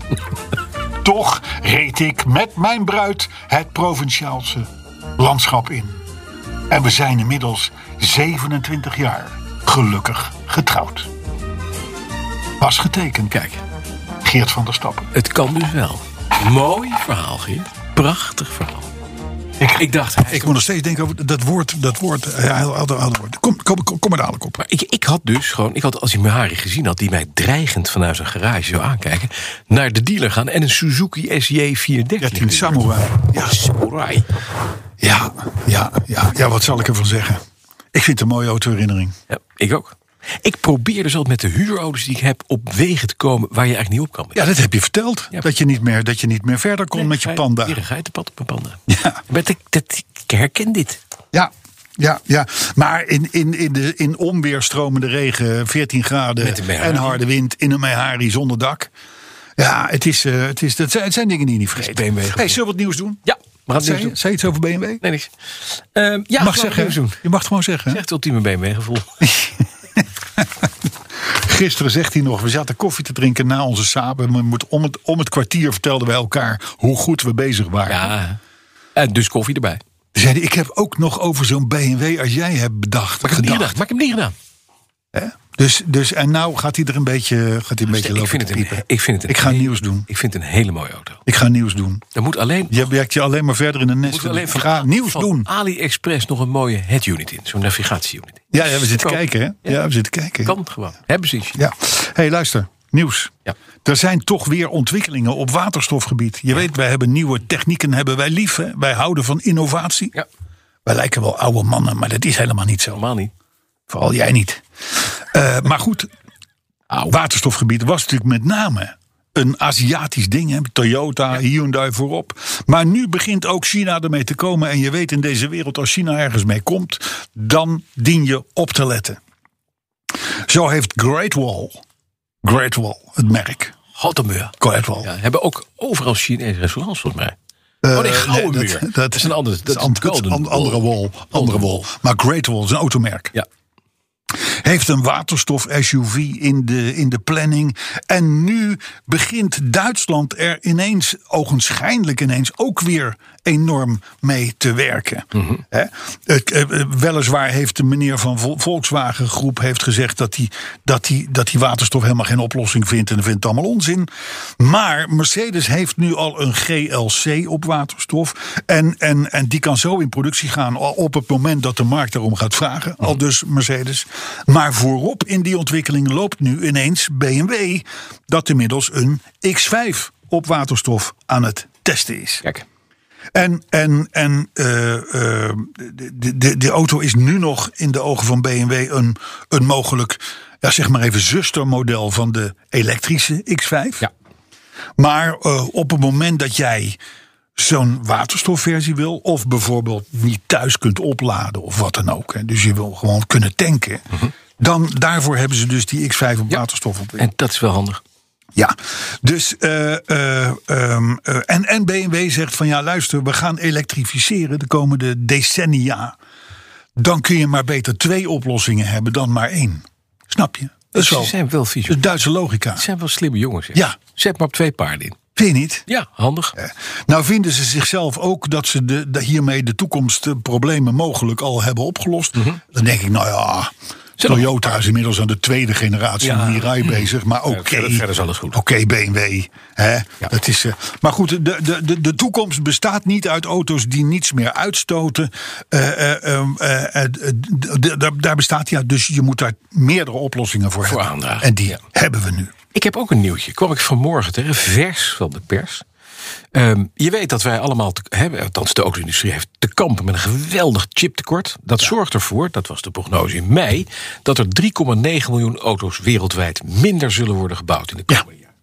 Toch reed ik met mijn bruid het provinciaalse landschap in. En we zijn inmiddels 27 jaar gelukkig getrouwd. Was getekend, Kijk, Geert van der Stappen. het kan dus wel. Mooi verhaal, Geert. Prachtig verhaal. Ik, dacht, hij- Ik moet nog steeds denken over dat woord. Dat woord ja, heel oude, oude woord. Kom, kom, kom, kom er dadelijk op. Maar ik, ik had dus gewoon, ik had als ik Mehari gezien had, die mij dreigend vanuit zijn garage zou aankijken, naar de dealer gaan en een Suzuki SJ413. Ja, Tien Samurai. Ja, samurai. Ja, ja, ja. Ja, wat zal ik ervan zeggen? Ik vind het een mooie autoherinnering. Ja, ik ook. Ik probeer dus altijd met de huurauto's die ik heb op wegen te komen waar je eigenlijk niet op kan. Ja, dat heb je verteld. Ja. Dat, je niet meer, dat je niet meer verder kon met je panda. Hier, ga je te pad op een panda. Ja. Maar dat, dat, ik herken dit. Ja. Ja, ja. maar in, in, in, de, in onweer stromende regen, 14 Met de graden Mehari. en harde wind in een Mehari zonder dak. Ja, het, is, eh, het, is, dat zijn, het zijn dingen die je niet vergeet. BMW Hey, zullen we wat nieuws doen? Ja, we gaan het Zei nieuws je, doen. zei je iets over BMW? Nee, niks. Ehm, ja, mag we gaan het zeggen, nieuws doen. hè? je mag het gewoon zeggen. hè? Echt ultieme BMW-gevoel. Gisteren zegt hij nog, we zaten koffie te drinken na onze saap. En we moeten om, het, om het kwartier vertelden wij elkaar hoe goed we bezig waren. Ja. En dus koffie erbij. Toen zei hij, ik heb ook nog over zo'n BMW als jij hebt bedacht. Maar ik heb het niet gedacht." gedaan. Maar ik heb het niet gedaan. Hè? Dus, dus, en nou gaat hij er een beetje, gaat hij een beetje Dus ik, lopen vind te het een, piepen. ik vind het een Ik ga heel- nieuws doen. Ik vind het een hele mooie auto. Ik ga nieuws doen. Er moet alleen, Je werkt je alleen maar verder in een nest. moet alleen van, Ga nieuws van doen. AliExpress nog een mooie head-unit in. Zo'n navigatie-unit. Ja, ja, we zitten Kan. kijken, hè? Ja, we zitten kijken. Kan gewoon. Hebben ze iets. Ja. hey, luister. Nieuws. Ja. Er zijn toch weer ontwikkelingen op waterstofgebied. Je weet, wij hebben nieuwe technieken, hebben wij lief. Hè? Wij houden van innovatie. Ja, Wij lijken wel oude mannen, maar dat is helemaal niet zo. normaal niet. Vooral jij niet. Eh, maar goed, Au. waterstofgebied was natuurlijk met name een Aziatisch ding. Hè? Toyota, Hyundai voorop. Maar nu begint ook China ermee te komen. En je weet in deze wereld, als China ergens mee komt, dan dien je op te letten. Zo heeft Great Wall, Great Wall, het merk, Hottenmuur. Great Wall. Ja, hebben ook overal Chinese restaurants volgens mij. oh nee, Eh, Gouden nee, Muur. Dat, is een andere. Dat, is an- een dat is golden an- andere wall. wall. Andere wall. Maar Great Wall is een automerk. Ja. heeft een waterstof SUV in de, in de planning. En nu begint Duitsland er ineens, ogenschijnlijk ineens, ook weer enorm mee te werken. Hè? Het, eh, eh, weliswaar heeft de meneer van Vol- Volkswagen Groep heeft gezegd dat hij dat die, dat die waterstof helemaal geen oplossing vindt en vindt het allemaal onzin. Maar Mercedes heeft nu al een GLC op waterstof. En, en, en die kan zo in productie gaan al op het moment dat de markt daarom gaat vragen. Al dus Mercedes. Maar voorop in die ontwikkeling loopt nu ineens BMW. Dat inmiddels een X5 op waterstof aan het testen is. Kijk. En, en, en eh, eh, de, de, de auto is nu nog in de ogen van BMW een, een mogelijk, ja, zeg maar even, zustermodel van de elektrische X5. Ja. Maar eh, op het moment dat jij zo'n waterstofversie wil, of bijvoorbeeld niet thuis kunt opladen of wat dan ook, hè, dus je wil gewoon kunnen tanken, dan daarvoor hebben ze dus die X5 op Mhm. Ja. waterstof ontwikkeld. En dat is wel handig. Ja, dus eh, eh, ehm, eh, en, en BMW zegt van ja, luister, we gaan elektrificeren de komende decennia. Dan kun je maar beter twee oplossingen hebben dan maar één. Snap je? Dat is Dus ze wel zijn wel visie. de Duitse logica. Het zijn wel slimme jongens. hè. Ja. Zet maar op twee paarden in. Vind je niet? Ja, handig. Nou vinden ze zichzelf ook dat ze de, de- hiermee de toekomstproblemen mogelijk al hebben opgelost. Mhm. Dan denk ik, nou ja, Toyota is inmiddels aan de tweede generatie Ja. Mhm. Mirai bezig. Maar oké, verder- verder is alles goed. Oké, BMW. Hè? Dat is, eh, maar goed, de, de, de, de toekomst bestaat niet uit auto's die niets meer uitstoten. Eh, eh, ehm, eh, eh, d- d- daar- daar bestaat die uit. Dus je moet daar meerdere oplossingen voor, Voor hebben. aandragen, En die ja. hebben we nu. Ik heb ook een nieuwtje. Kwam ik vanmorgen tegen, vers van de pers. Ehm, je weet dat wij allemaal, te, hè, althans de auto-industrie heeft te kampen met een geweldig chiptekort. Dat zorgt ervoor, dat was de prognose in mei, dat er 3,9 miljoen auto's wereldwijd minder zullen worden gebouwd in de komende jaren.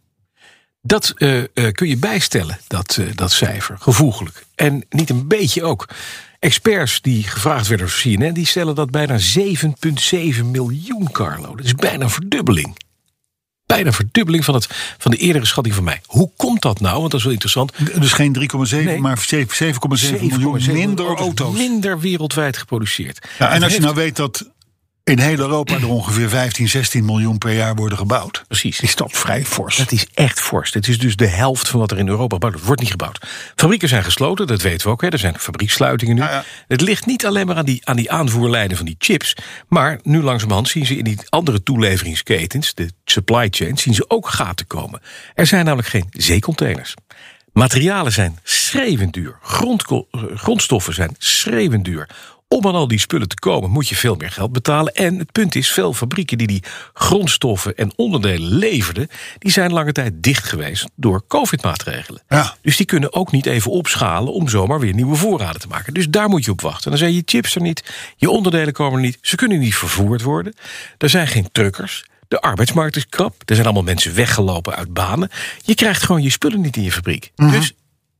Dat eh, eh, kun je bijstellen, dat, eh, dat cijfer, gevoeglijk. En niet een beetje ook. Experts die gevraagd werden door CNN, die stellen dat bijna 7,7 miljoen, Carlo. Dat is bijna een verdubbeling bijna een verdubbeling van, het, van de eerdere schatting van mij. Hoe komt dat nou? Want dat is wel interessant. 7,7 Dus geen 3,7, Nee. maar 7,7 miljoen minder miljoen auto's. Minder wereldwijd geproduceerd. Ja, en Het als je heeft- nou weet dat in heel Europa er ongeveer 15, 16 miljoen per jaar worden gebouwd. Precies. Is dat vrij fors. Dat is echt fors. Dit is dus de helft van wat er in Europa gebouwd wordt. Wordt niet gebouwd. Fabrieken zijn gesloten, dat weten we ook. Hè. Er zijn fabriekssluitingen nu. Ja, ja. Het ligt niet alleen maar aan die, aan die aanvoerlijnen van die chips. Maar nu langzamerhand zien ze in die andere toeleveringsketens... de supply chain, zien ze ook gaten komen. Er zijn namelijk geen zeecontainers. Materialen zijn schreeuwend duur. Grondko- eh, grondstoffen zijn schreeuwend duur. Om aan al die spullen te komen moet je veel meer geld betalen. En het punt is, veel fabrieken die die grondstoffen en onderdelen leverden... die zijn lange tijd dicht geweest door covid-maatregelen. Ja. Dus die kunnen ook niet even opschalen om zomaar weer nieuwe voorraden te maken. Dus daar moet je op wachten. Dan zijn je chips er niet, je onderdelen komen er niet, ze kunnen niet vervoerd worden. Er zijn geen truckers, de arbeidsmarkt is krap, er zijn allemaal mensen weggelopen uit banen. Je krijgt gewoon je spullen niet in je fabriek. Dus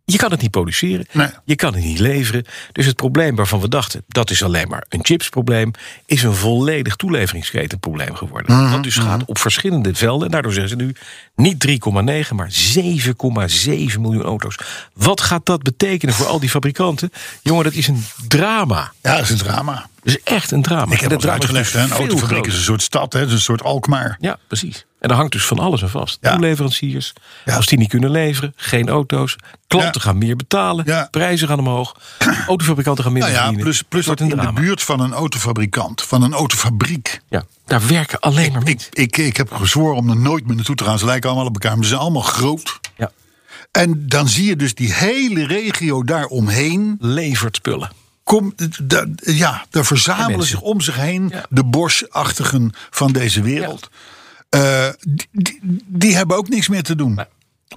Je kan het niet produceren, Nee. je kan het niet leveren. Dus het probleem waarvan we dachten, dat is alleen maar een chipsprobleem... is een volledig toeleveringsketenprobleem geworden. Mhm, Dat dus gaat op verschillende velden. En daardoor zeggen ze nu niet 3,9, maar 7,7 miljoen auto's. Wat gaat dat betekenen voor al die fabrikanten? Jongen, dat is een drama. Ja, dat is een drama. Dat is echt een drama. Ik En heb dat het drama is dus uitgelegd. hè. Een veel autofabriek groter. is een soort stad, hè. Het is een soort Alkmaar. Ja, precies. En daar hangt dus van alles aan vast. Ja. Toeleveranciers, Ja. als die niet kunnen leveren, geen auto's. Klanten Ja. gaan meer betalen, Ja. prijzen gaan omhoog. Autofabrikanten gaan minder Nou ja, verdienen. plus, plus Het dat wordt in een de drama. buurt van een autofabrikant, van een autofabriek. Ja, daar werken alleen maar mensen. Ik, ik heb gezworen om er nooit meer naartoe te gaan. Ze lijken allemaal op elkaar, maar ze zijn allemaal groot. Ja. En dan zie je dus die hele regio daaromheen. Levert spullen. Kom, d- d- ja, daar verzamelen mensen. zich om zich heen Ja. de borstachtigen van deze wereld. Eh, die, die, die hebben ook niks meer te doen.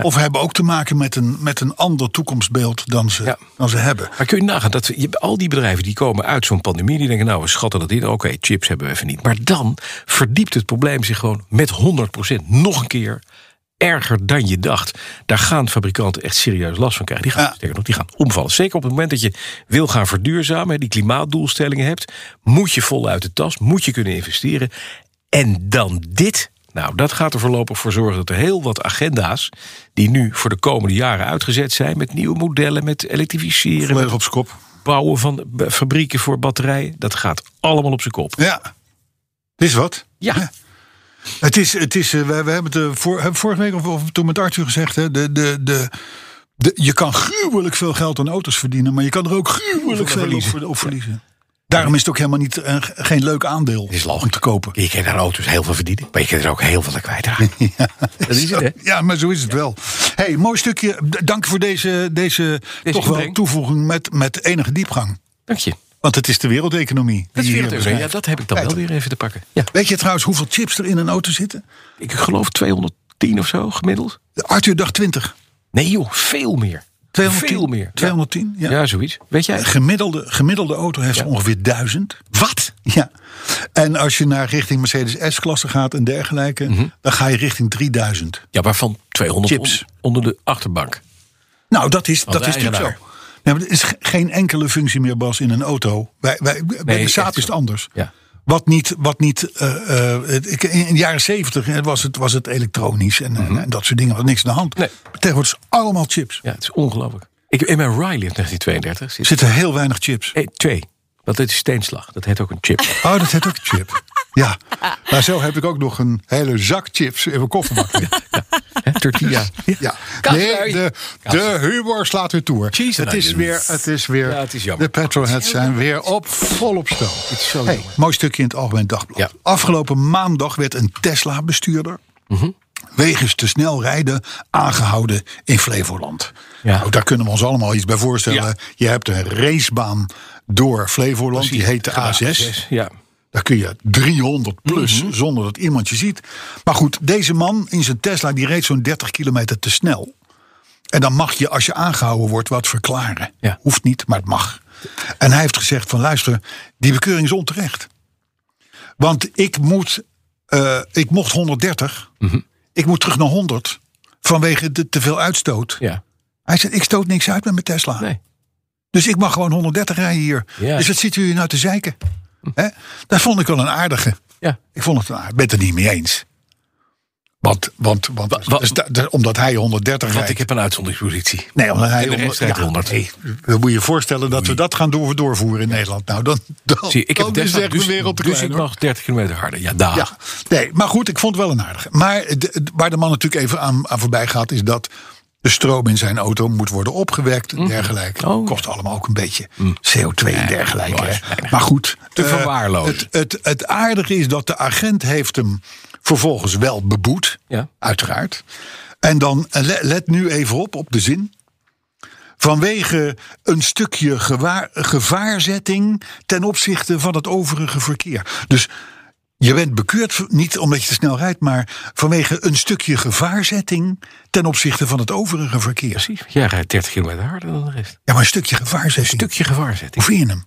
Of hebben ook te maken met een, met een ander toekomstbeeld dan ze, Ja. dan ze hebben. Maar kun je nagaan dat we- je, al die bedrijven die komen uit zo'n pandemie, die denken: nou, we schatten dat in. Oké, chips hebben we even niet. Maar dan verdiept het probleem zich gewoon met 100% nog een keer erger dan je dacht. Daar gaan fabrikanten echt serieus last van krijgen. Die gaan, Ja. sterker nog, die gaan omvallen. Zeker op het moment dat je wil gaan verduurzamen, hè, die klimaatdoelstellingen hebt, moet je vol uit de tas, moet je kunnen investeren. En dan dit. Nou, dat gaat er voorlopig voor zorgen dat er heel wat agenda's... die nu voor de komende jaren uitgezet zijn... met nieuwe modellen, met elektrificeren, met Volledig op z'n kop. bouwen van b- fabrieken voor batterijen. Dat gaat allemaal op zijn kop. Ja, het is wat. Ja. Het is, het is eh, we, we hebben het eh, voor, hebben vorige week of, of toen met Arthur gezegd. Hè, de, de, de, de, je kan gruwelijk veel geld aan auto's verdienen. Maar je kan er ook gruwelijk veel op, ver- op verliezen. Daarom is het ook helemaal niet, eh, geen leuk aandeel is logisch. om te kopen. Je kan daar auto's heel veel verdienen, maar je kan er ook heel veel aan kwijtraken. dat is het, hè? Ja, maar zo is het wel. hey, mooi stukje. D- Dank voor deze, deze, toch wel inbreng. toevoeging met, met enige diepgang. Dank je. Want het is de wereldeconomie. Dat is die je hier 40 euro. Ja, beschrijft. dat heb ik dan Kijk, wel weer even te pakken. Ja, Weet je trouwens hoeveel chips er in een auto zitten? ik geloof 210 of zo gemiddeld. Arthur dacht 20. Nee joh, veel meer. 210? Veel meer. 210, ja. ja. ja, zoiets. Weet jij? Gemiddelde, gemiddelde auto heeft Ja. ongeveer 1000. Wat? Ja. En als je naar richting Mercedes S-klasse gaat en dergelijke, Mhm. dan ga je richting 3000. Ja, waarvan 200 Chips. on- onder de achterbank. Nou, dat is, dat de is natuurlijk zo. eigenaar. Nee, maar er is ge- geen enkele functie meer, Bas, in een auto. Wij, wij, bij de echt Saab is het zo. anders. Ja. Wat niet, wat niet eh, eh, het- ik- in de jaren zeventig was het, was het elektronisch en, en- en dat soort dingen. Was niks aan de hand. Mhm. Nee. Maar Tegenwoordig is het allemaal chips. Ja, het is ongelooflijk. Ik, in mijn Riley uit 1932 Er zit zitten heel weinig chips. eh, twee. Want dit is steenslag. Dat heet ook een chip. Oh, dat heet ook een chip. Ja, maar zo heb ik ook nog een hele zak chips in mijn kofferbak. liggen. Hè, Tortilla. Ja. Nee, de, de humor slaat weer toe. Jeez, Het nou, is dit- weer, het is weer, Ja, het is jammer. de petrolheads zijn weer op volop stoom. is zo Hey, jammer. mooi stukje in het Algemeen Dagblad. Ja. Afgelopen maandag werd een Tesla-bestuurder... Mhm. wegens te snel rijden aangehouden in Flevoland. Ja. Nou, daar kunnen we ons allemaal iets bij voorstellen. Ja. Je hebt een racebaan door Flevoland, die heet de A6. Ja. Daar kun je 300 plus zonder dat iemand je ziet. Maar goed, deze man in zijn Tesla die reed zo'n 30 kilometer te snel. En dan mag je, als je aangehouden wordt, wat verklaren. Ja. Hoeft niet, maar het mag. En hij heeft gezegd van luister, die bekeuring is onterecht. Want ik, moet, eh, ik mocht 130. Ik moet terug naar 100. Vanwege de te veel uitstoot. Ja. Hij zegt, ik stoot niks uit met mijn Tesla. Nee. Dus ik mag gewoon 130 rijden hier. Ja. Dus wat zitten jullie nou te zeiken? Hè? Dat vond ik wel een aardige. Ja. Ik vond het, een aardige. ik ben het er niet mee eens. Want, want, want wa- dus da- da- omdat hij 130 Want rijdt. ik heb een uitzonderingspositie. nee, omdat hij de rest onder- rijdt ja, 100. nee, dan moet je je voorstellen dat we dat gaan door, doorvoeren in Nederland. Nou, dan, dan, Zie, je, ik heb dan is Tesla, echt de dus, wereld te dus klein, ik hoor. mag 30 kilometer harder. Ja, daar. Ja, nee, maar goed, ik vond het wel een aardige. Maar de- de- waar de man natuurlijk even aan, aan voorbij gaat, is dat de stroom in zijn auto moet worden opgewekt en dergelijke. Oh. Mhm. Kost allemaal ook een beetje CO2 en dergelijke. mooi, hè. weinig. Maar goed, Te eh, verwaarlozen. Het, het, het aardige is dat de agent heeft hem vervolgens wel beboet, Ja. uiteraard. En dan eh, le- let nu even op op de zin. Vanwege een stukje gewaar- gevaarzetting ten opzichte van het overige verkeer. Dus je bent bekeurd v- niet omdat je te snel rijdt, maar vanwege een stukje gevaarzetting ten opzichte van het overige verkeer. Precies. Jij rijdt 30 kilometer harder dan de rest. Ja, maar een stukje gevaarzetting. Stukje gevaarzetting. Hoe vind je hem?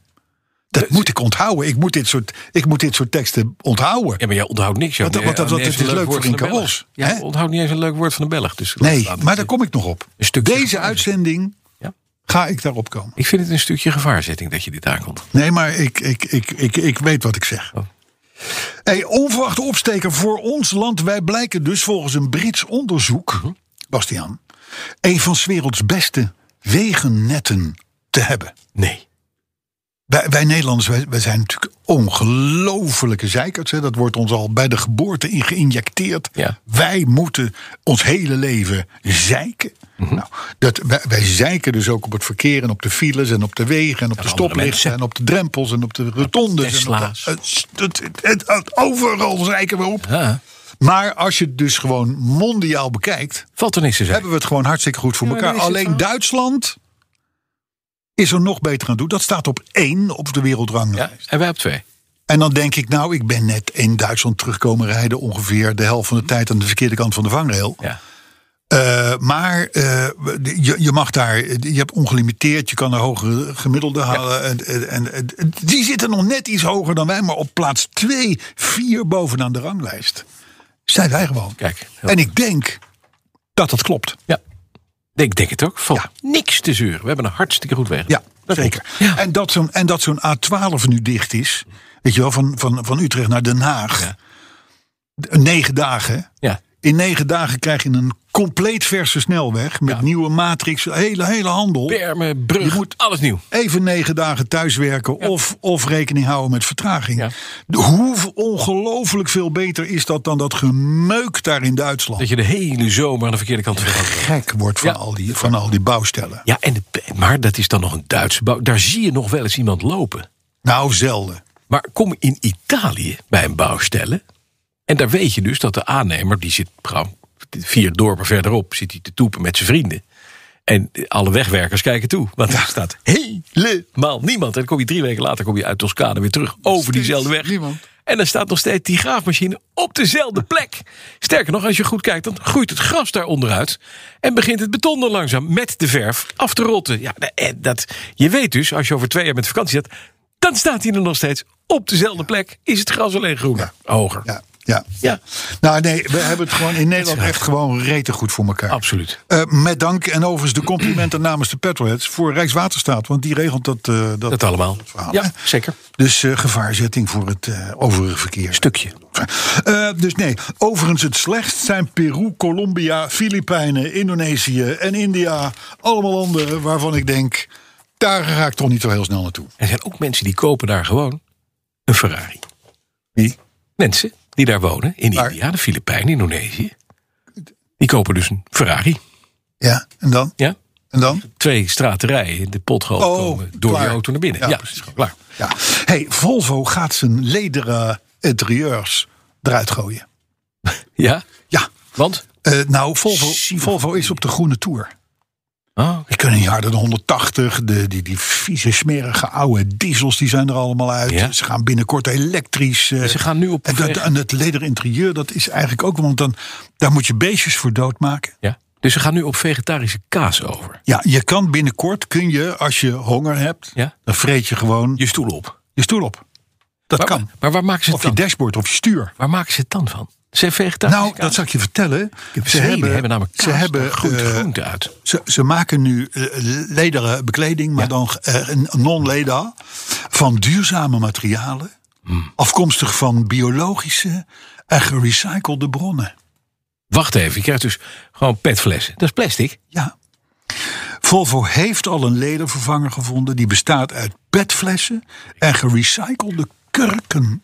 Dus- Dat moet ik onthouden. Ik moet dit soort, ik moet dit soort teksten onthouden. Ja, maar jij onthoudt niks. joh. Want- Nee, want- want niet het eens een is leuk woord voor van in de Kabos, Belg. Ja, hè? onthoud niet eens een leuk woord van de Belg. Dus laat Nee, staan. maar daar kom ik nog op. Een stukje Deze gevaarzetting. uitzending Ga ik daarop komen? Ik vind het een stukje gevaarzetting dat je dit aankomt. Nee, maar ik, ik, ik, ik, ik weet wat ik zeg. Oh. Hey, onverwachte opsteker voor ons land. Wij blijken dus volgens een Brits onderzoek, Bastiaan, een van 's werelds beste wegennetten te hebben. Nee. Wij, wij Nederlanders, wij, wij zijn natuurlijk ongelofelijke zeikers. Hè? Dat wordt ons al bij de geboorte in geïnjecteerd. Ja. Wij moeten ons hele leven zeiken. Mhm. nou, dat, wij, wij zeiken dus ook op het verkeer en op de files en op de wegen en op de andere mensen. stoplichten en op de drempels en op de rotondes. en op de- Tesla's. het- het- het- het- het- Overal zeiken we op. Ja. Maar als je het dus gewoon mondiaal bekijkt, Valt er niks te zeggen. hebben we het gewoon hartstikke goed voor Ja, elkaar. dat is het Alleen wel. Duitsland is er nog beter aan toe. Dat staat op één op de wereldranglijst. Ja, en wij op twee. En dan denk ik, nou, ik ben net in Duitsland terugkomen rijden. Ongeveer de helft van de tijd aan de verkeerde kant van de vangrail. Ja. Eh, maar eh, je, je mag daar, je hebt ongelimiteerd, je kan er hogere gemiddelde halen. En, en, en- en- die zitten nog net iets hoger dan wij, maar op plaats 2, 4 bovenaan de ranglijst. Zijn wij gewoon. Kijk. heel En ik denk dat dat klopt. Ja. Ik denk het ook. Valt Ja. niks te zeuren. We hebben een hartstikke goed weg. Ja, zeker. Ja. En dat zo'n en dat zo'n A12 nu dicht is, weet je wel, van, van, van Utrecht naar Den Haag. Ja. D- Negen dagen. Ja. In negen dagen krijg je een compleet verse snelweg met Ja. nieuwe matrix, hele, hele handel. Bermen, brug, Je moet- alles nieuw. Even negen dagen thuiswerken Ja. of, of rekening houden met vertraging. Ja. De- Hoe ongelooflijk veel beter is dat dan dat gemeuk daar in Duitsland. Dat je de hele zomer aan de verkeerde kant van de auto bent. Gek wordt van, Ja. al, die, van al die bouwstellen. Ja, en het- maar dat is dan nog een Duitse bouw. Daar zie je nog wel eens iemand lopen. Nou, zelden. Maar kom in Italië bij een bouwstellen. En daar weet je dus dat de aannemer, die zit gewoon vier dorpen verderop, zit hij te toepen met zijn vrienden. En alle wegwerkers kijken toe. Want daar staat helemaal niemand. En dan kom je drie weken later kom je uit Toscane weer terug over diezelfde weg. niemand. En dan staat nog steeds die graafmachine op dezelfde plek. Sterker nog, als je goed kijkt, dan groeit het gras daar onderuit. En begint het beton er langzaam met de verf af te rotten. Ja, eh, dat, je weet dus, als je over twee jaar met vakantie zit... dan staat hij er nog steeds op dezelfde plek. Is het gras alleen groener, hoger. Ja, ja. Ja. Nou nee, we hebben het gewoon in Nederland echt gewoon rete goed voor elkaar. Absoluut. Eh, met dank en overigens de complimenten namens de petrolheads voor Rijkswaterstaat. Want die regelt dat, eh, dat, Dat allemaal. verhaal, hè? Ja, zeker. Dus eh, gevaarzetting voor het eh, overige verkeer. Stukje. Eh, dus nee, overigens het slechtst zijn Peru, Colombia, Filipijnen, Indonesië en India. Allemaal landen waarvan ik denk, daar ga ik toch niet zo heel snel naartoe. Er zijn ook mensen die kopen daar gewoon een Ferrari. Wie? Mensen die daar wonen, in Waar? India, de Filipijnen, Indonesië. Die kopen dus een Ferrari. Ja, en dan? Ja? En dan? Twee straterijen in de potgoot Oh, komen door klaar. die auto naar binnen. Ja, Ja, precies. is gewoon klaar. Ja. Hey, Volvo gaat zijn lederen interieurs eruit gooien. Ja, Ja, want? eh, nou, Volvo, Volvo is op de groene tour. Oh, Die kunnen niet harder dan 180. De, die, die vieze, smerige oude diesels die zijn er allemaal uit. Ja. Ze gaan binnenkort elektrisch. eh, Ze gaan nu op en, dat, weg. en het lederen interieur, dat is eigenlijk ook... Want dan, daar moet je beestjes voor doodmaken. ja. Dus ze gaan nu op vegetarische kaas over. Ja, je kan binnenkort, kun je, als je honger hebt... Ja. dan vreet je gewoon je, Je stoel op. stoel op. Dat Maar, kan. maar waar maken ze het Of je dan? dashboard, of je stuur. Waar maken ze het dan van? Zijn vegetarische Nou, dat kaas? zal ik je vertellen. Ze hebben, hebben namelijk kaas, ze, hebben, daar groeit eh, groente uit. ze, ze maken nu eh, lederen bekleding, maar Ja. dan eh, een non-leder van duurzame materialen. Afkomstig van biologische en gerecyclede bronnen. Wacht even, je krijgt dus gewoon petflessen. Dat is plastic. Ja. Volvo heeft al een ledervervanger gevonden. Die bestaat uit petflessen en gerecyclede kurken.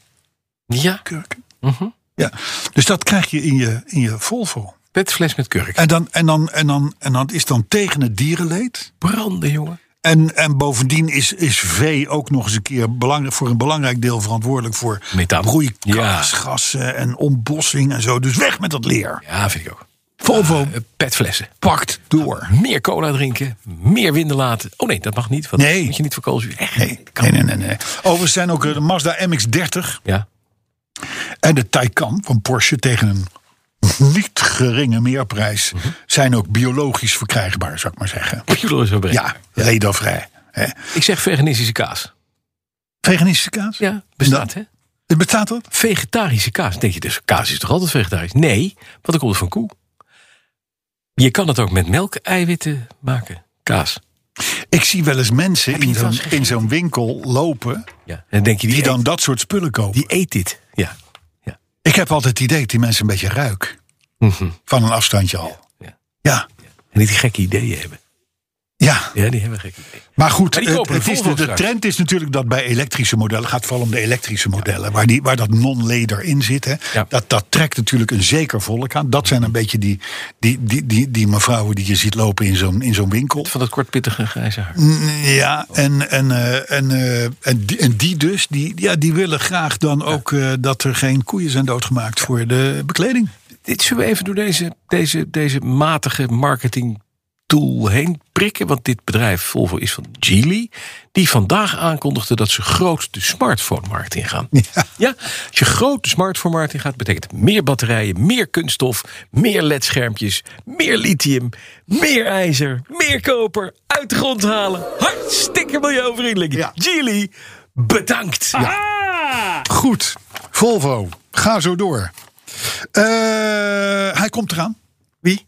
Ja, kurken. Mhm. Ja. Dus dat krijg je in je, in je Volvo. petfles met kurk. En dan, en, dan, en, dan, en dan is dan tegen het dierenleed. Branden, jongen. En, en bovendien is, is vee ook nog eens een keer belangrijk, voor een belangrijk deel verantwoordelijk voor Methaan. Ja. broeikasgassen en ontbossing en zo. Dus weg met dat leer. Ja, vind ik ook. Volvo Eh, petflessen. pakt door. Meer cola drinken, meer winden laten. Oh nee, dat mag niet. Want Nee. dat moet je niet voor koolzuur. Echt, Nee, dat kan nee, nee, niet. nee, nee. Overigens zijn ook eh, de Mazda MX-30 Ja. en de Taycan van Porsche tegen een niet geringe meerprijs Mhm. zijn ook biologisch verkrijgbaar, zou ik maar zeggen. Pure zo breed. Ja, ledervrij. hè. Ik zeg veganistische kaas. Veganistische kaas? Ja, bestaat hè? Bestaat dat? Vegetarische kaas. Dan Denk je, dus kaas is toch altijd vegetarisch? Nee, want dat komt het van koe. Je kan het ook met melk, eiwitten maken. Kaas. Ik zie wel eens mensen je in het wel zo'n, eens gegeten? in zo'n winkel lopen Ja. En dan denk je, die, die eet, dan dat soort spullen kopen. die eet dit. Ja. ja. Ik heb altijd het idee dat die mensen een beetje ruik. Mhm. Van een afstandje al. Ja. Ja, En die die gekke ideeën hebben. ja. Ja, die hebben gekke ideeën. Maar goed, Maar die het- kopen het het is de, Volvo de straks. trend is natuurlijk dat bij elektrische modellen, gaat vooral om de elektrische modellen, waar, die, waar dat non-leder in zit, hè, Ja. dat, dat trekt natuurlijk een zeker volk aan. Dat zijn een beetje die, die, die, die, die mevrouwen die je ziet lopen in zo'n, in zo'n winkel. Van dat kortpittige grijze haar. Mm, Ja, en, en, eh, en, eh, en, die, en die dus, die, ja, die willen graag dan ook eh, dat er geen koeien zijn doodgemaakt voor de bekleding. Dit zullen we even door deze, deze, deze matige marketing tool heen prikken. Want dit bedrijf, Volvo, is van Geely. Die vandaag aankondigde dat ze groot de smartphone-markt ingaan. Ja. Ja, als je groot de smartphone-markt ingaat, betekent meer batterijen, meer kunststof, meer LED-schermpjes, meer lithium, meer ijzer, meer koper, uit de grond halen. Hartstikke milieuvriendelijk. Ja. Ah. Geely, bedankt. Goed, Volvo, ga zo door. Eh, hij komt eraan. Wie?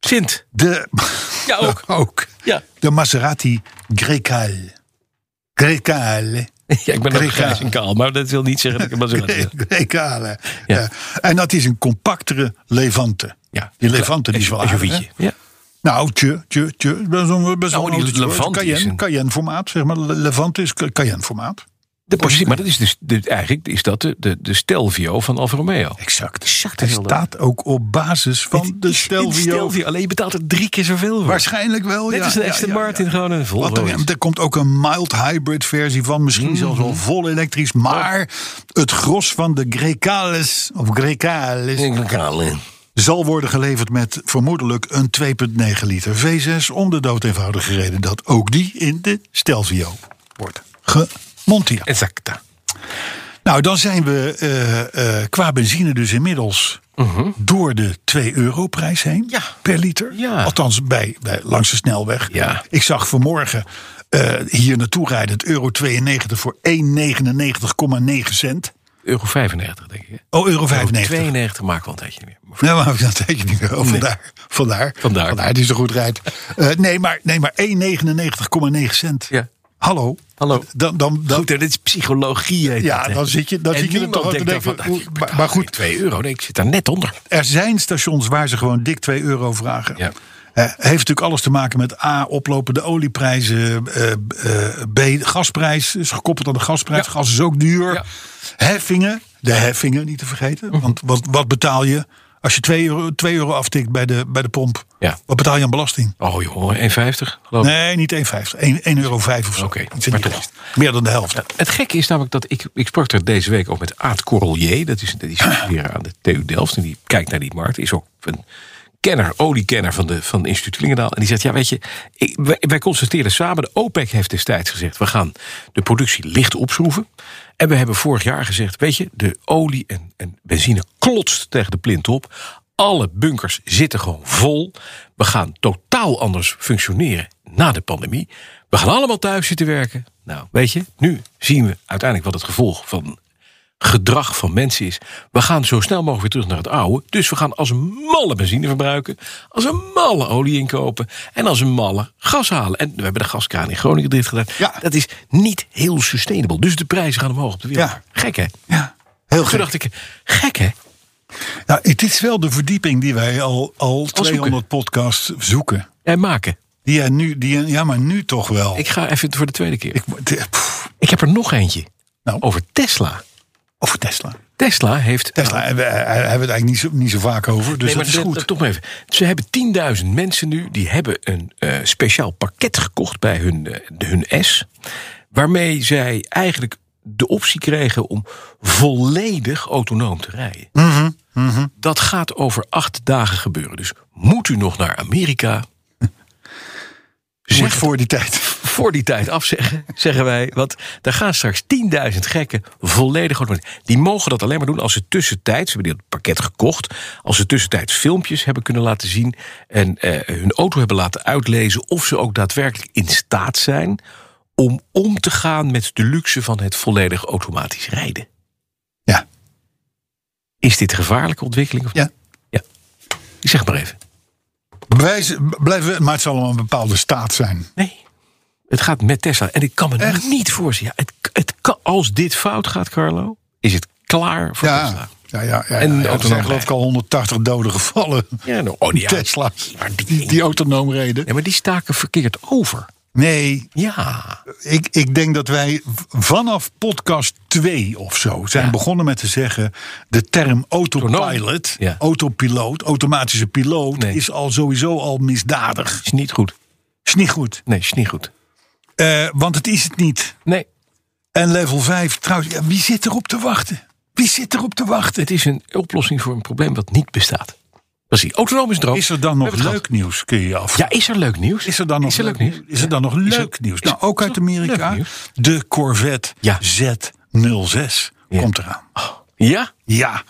Sint. De, Ja, ook. ook. Ja, De Maserati Grecale. Grecale. ja ik ben ook Kreeg, grijs ja. en kaal, maar dat wil niet zeggen dat ik het maar zo ja. Grecale. Ja. Ja. En dat is een compactere Levante. Ja. Die Levante die is wel aardig. hè? SUV'tje. Ja. Nou, tje, tje, tje. Best wel best wel Nou, een die autootje, hoor. Levante is Cayenne, een- Cayenne formaat, zeg maar. Le- Levante is Ca- Cayenne formaat. De positie, maar dat is dus, de, eigenlijk is dat de, de, de Stelvio van Alfa Romeo. Exact. Exact, Hij heel staat ook op basis van de Stelvio. Stelvio, alleen je betaalt er drie keer zoveel voor. Waarschijnlijk wel, Dit ja. is een Ja, Aston ja, ja. Martin, gewoon een Wat Volvo. er, er komt ook een mild hybrid versie van, misschien zelfs wel vol elektrisch. Maar het gros van de Grecales, of Grecales, zal worden geleverd met vermoedelijk een 2,9 liter V6. Om de dood eenvoudige reden dat ook die in de Stelvio wordt gemonteerd. Exact. Nou, dan zijn we eh, eh, qua benzine dus inmiddels door de 2-euro-prijs heen Mhm. Ja. per liter. Ja. Althans, bij, bij, langs de snelweg. Ja. Ik zag vanmorgen eh, hier naartoe rijden het euro 92 voor 1,99,9 cent. Euro 95, denk ik. hè? Oh, euro 95. 92 maken we al een tijdje niet meer. Nee, maar dat teken niet meer. Oh, vandaar, vandaar. Vandaar. het is zo goed rijdt. Eh, nee, maar, nee, maar 1,99,9 cent. Ja. Hallo. Hallo. Dan, dan, dan, Goed, hè, dit is psychologie. heet Ja, dat, hè. dan zit je- dan En zit je er niemand toch aan te denkt dan denken, van, nou, hoe- ik maar- betaal maar goed. geen 2 euro, nee, ik zit daar net onder. er zijn stations waar ze gewoon dik 2 euro vragen. Ja. Eh, heeft natuurlijk alles te maken met A, oplopende olieprijzen. eh, eh, B, gasprijs is gekoppeld aan de gasprijs. Ja. Gas is ook duur. Ja. Mhm. Heffingen, de heffingen niet te vergeten. Want wat, wat betaal je als je 2 euro, 2 euro aftikt bij de, bij de pomp? Ja. Wat betaal je aan belasting? Oh jongen, 1,50 geloof ik. Nee, niet 1,50. 1,05 euro of zo. Oké, Iets in die maar toch. geest. Meer dan de helft. Het gekke is namelijk dat ik, ik sprak er deze week ook met Aad Correlier. Dat is, dat is hier aan de TU Delft. En die kijkt naar die markt. Is ook een kenner, oliekenner van, de, van Instituut Klingendaal. En die zegt, ja weet je, ik- wij, wij constateren samen... de OPEC heeft destijds gezegd, we gaan de productie licht opschroeven. En we hebben vorig jaar gezegd, weet je, de olie en, en benzine klotst tegen de plint op. Alle bunkers zitten gewoon vol. We gaan totaal anders functioneren na de pandemie. We gaan allemaal thuis zitten werken. Nou, weet je, nu zien we uiteindelijk wat het gevolg van gedrag van mensen is. We gaan zo snel mogelijk weer terug naar het oude. Dus we gaan als een malle benzine verbruiken. Als een malle olie inkopen. En als een malle gas halen. En we hebben de gaskraan in Groningen dicht gedaan. Ja. Dat is niet heel sustainable. Dus de prijzen gaan omhoog op de wereld. Ja. Gek hè? Ja, heel Toen gek. dacht ik, gek hè? Nou, het is wel de verdieping die wij al, al 200 podcasts zoeken. En Eh, maken. Die jij nu, die, jij- ja, maar nu toch wel. Ik ga even voor de tweede keer. Ik word- eh, pff, Ik heb er nog eentje. Nou. Over Tesla. over Tesla. Tesla heeft. Tesla hebben we eh, hebben we het eigenlijk niet zo, niet zo vaak over, dus Nee, maar dat is dat- goed. dat- Toch maar even. Ze hebben 10.000 mensen nu. Die hebben een eh, speciaal pakket gekocht bij hun, eh, de, hun S. Waarmee zij eigenlijk de optie kregen om volledig autonoom te rijden. Mhm, Dat gaat over acht dagen gebeuren. Dus moet u nog naar Amerika? Zeg voor die tijd. voor die tijd afzeggen, zeggen wij. Want daar gaan straks 10.000 gekken volledig autonoom. Die mogen dat alleen maar doen als ze tussentijds, ze hebben dit pakket gekocht, als ze tussentijds filmpjes hebben kunnen laten zien en eh, hun auto hebben laten uitlezen of ze ook daadwerkelijk in staat zijn om om te gaan met de luxe van het volledig automatisch rijden. Ja. Is dit een gevaarlijke ontwikkeling? Of Ja. ja. Ik zeg maar even. Wij z- blijven, maar het zal allemaal een bepaalde staat zijn. Nee. Het gaat met Tesla. En ik kan me Echt? niet voorstellen. Ja, het, het kan, als dit fout gaat, Carlo, is het klaar voor Ja, Tesla. ja, ja. ja, En ja, er autonoom zijn geloof ik al 180 doden gevallen. Ja, nou, oh, ja. Tesla's. Maar die- Die, die autonoom reden. Nee, maar die staken verkeerd over. Nee, Ja. ik, ik denk dat wij v- vanaf podcast 2 of zo zijn Ja. begonnen met te zeggen... de term autopilot, Ja. autopiloot, automatische piloot... Nee. is al sowieso al misdadig. Is niet goed. Is niet goed, Nee, is niet goed. Eh, want het is het niet. Nee, En level 5, trouwens, ja, wie zit erop te wachten? Wie zit erop te wachten? het is een oplossing voor een probleem dat niet bestaat. Precies. Autonoom is droog. Is er dan We nog hebben het leuk nieuws, kun je je afvragen? gehad. Ja, is er leuk nieuws? Is er dan nog is er leuk nieuws? Is er dan nog er- leuk is nieuws? Nou, er- ook is uit er leuk Amerika. nieuws? De Corvette Ja. Z06 Ja. komt eraan. Ja? Ja.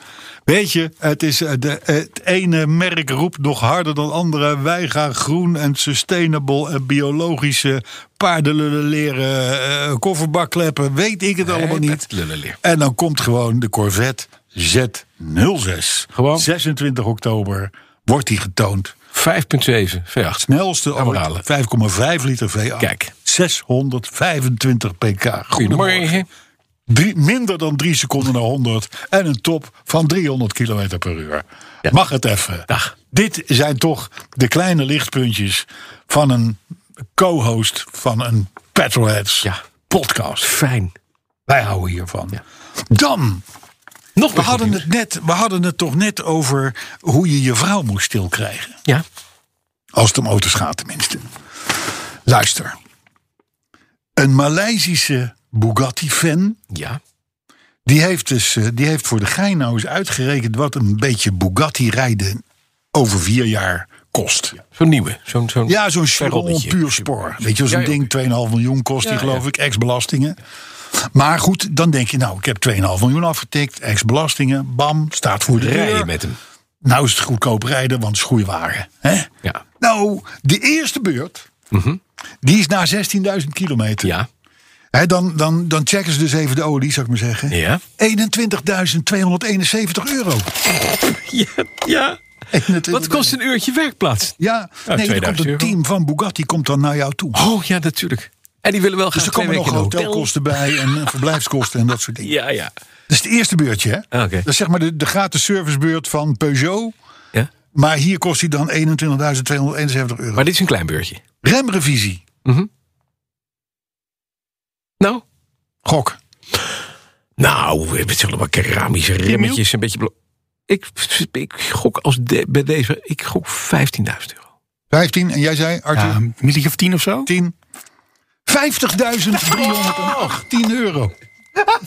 Weet je, het, is eh, de, het ene merk roept nog harder dan andere. Wij gaan groen en sustainable en biologische paardenlullen leren, eh, kofferbakkleppen, weet ik het allemaal niet. paardenlullenleer. En dan komt gewoon de Corvette Z06. Gewoon? 26 oktober wordt die getoond 5.7 V8. snelste Gaan we ooit. halen. 5,5 liter V8. Kijk. 625 pk. Goedemorgen. Drie- minder dan 3 seconden naar 100. En een top van 300 km per uur. Ja. Mag het even. Dag. Dit zijn toch de kleine lichtpuntjes van een co-host van een Petrolheads Ja. podcast. Fijn. Wij houden hiervan. Dan, Nog we hadden, het net, we hadden het toch net over hoe je je vrouw moest stilkrijgen. Ja. Als het om auto's gaat, tenminste. Luister. Een Maleisische Bugatti-fan. Ja. Die heeft, dus, eh, die heeft voor de gein nou eens uitgerekend. wat een beetje Bugatti rijden over vier jaar kost. Ja, Zo'n nieuwe. Zo'n zo'n zo'n Chiron perronnetje. puur spoor. Weet je, zo'n Ja, ja. ding 2,5 miljoen kost die, Ja, geloof ja. ik, ex-belastingen. Maar goed, dan denk je, nou, ik heb 2,5 miljoen afgetikt, ex-belastingen, bam, staat voor de deur. Rijden met hem. Nou is het goedkoop rijden, want het is goede wagen. Hè? Ja. Nou, de eerste beurt, Mhm. die is na 16.000 kilometer. Ja. Hè, dan, dan, dan checken ze dus even de olie, zou ik maar zeggen. Ja. 21.271 euro. Ja. ja. 21. Wat kost een uurtje werkplaats? Ja, Nou, nee, er 2000 komt een euro. team van Bugatti komt dan naar jou toe. Oh ja, natuurlijk. En die willen wel gaan dus er twee komen nog weken in een hotel. hotelkosten bij en eh, verblijfskosten en dat soort dingen. Ja, ja. Dat is het eerste beurtje, hè? Ah, oké. Dat is zeg maar de, de gratis servicebeurt van Peugeot. ja. Maar hier kost hij dan 21.271 euro. Maar dit is een klein beurtje. Mhm. Remrevisie. Nou? Gok. Nou, we hebben zullen wel keramische remmetjes. Een beetje blo- ik, ik gok als de- bij deze. Ik gok 15.000 euro. 15. En jij zei, Arthur? Ja, een milletje of tien of zo? 10. 50.318 euro.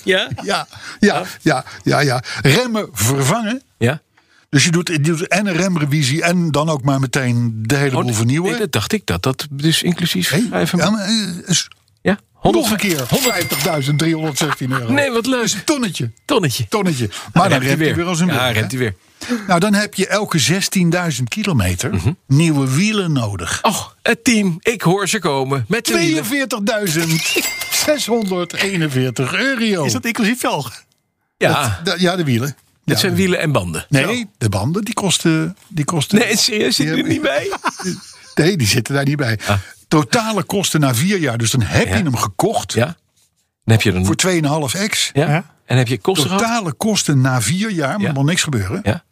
Ja? Ja, ja, ja, ja, ja. Remmen vervangen. Ja? Dus je doet, je doet en een remrevisie en dan ook maar meteen de Oh, hele boel vernieuwen. Nee, dat dacht ik dat. Dat dus inclusief Hé, schrijven. ja, maar, eh, is- ja? nog een keer. 50.316 euro. Nee, wat leuk. Een tonnetje. Tonnetje. Tonnetje. Maar Ah, dan remt hij weer als een Ja, burger, hè? rent hij weer. Nou, dan heb je elke 16.000 kilometer Mhm. nieuwe wielen nodig. Och, het team. Ik hoor ze komen. Met de wielen. 42.641 euro. Is dat inclusief velg? Ja, Da- ja, de wielen. het Ja, zijn de- wielen en banden. Nee, de banden die kosten. Die kosten Nee, serieus, zit er niet bij? Nee, die zitten daar niet bij. Totale kosten na vier jaar. Dus dan heb je hem gekocht Ah. Ja? Dan heb je er voor een... 2,5x. Ja? Ja. En heb je kosten gehad? Totale kosten na vier jaar, maar Ja. er mag niks gebeuren. Ja?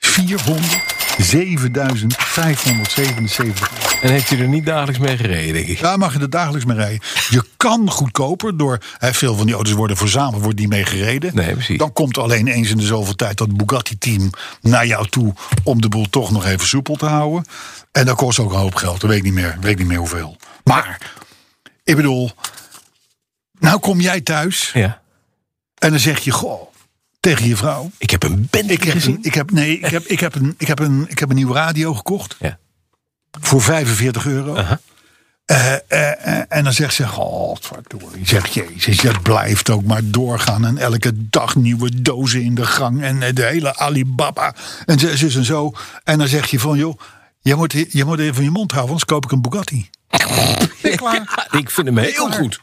407.577 euro. En heeft hij er niet dagelijks mee gereden, denk ik. Daar mag je er dagelijks mee rijden. Je kan goedkoper door. Hè, veel van die auto's worden verzameld, wordt niet mee gereden. Nee, precies. Dan komt alleen eens in de zoveel tijd dat Bugatti-team naar jou toe. om de boel toch nog even soepel te houden. En dat kost ook een hoop geld. Dat weet ik niet meer, weet ik niet meer hoeveel. Maar, ik bedoel. Nou kom jij thuis Ja. en dan zeg je: Goh, tegen je vrouw. Ik heb een bende Ik heb, een, ik heb, nee, ik heb, ik heb, een, ik heb, een, ik heb een nieuwe radio gekocht. Ja. Voor 45 euro. Eh, eh, eh, en dan zegt ze, "Oh, godverdorie. Zegt, jezus, dat blijft ook maar doorgaan. En elke dag nieuwe dozen in de gang. En eh, de hele Alibaba. En zo, zus en zo. En dan zeg je van, joh, je moet, je moet even je mond houden. Anders koop ik een Bugatti. Ben je klaar? Ja, ik vind hem heel klaar. goed.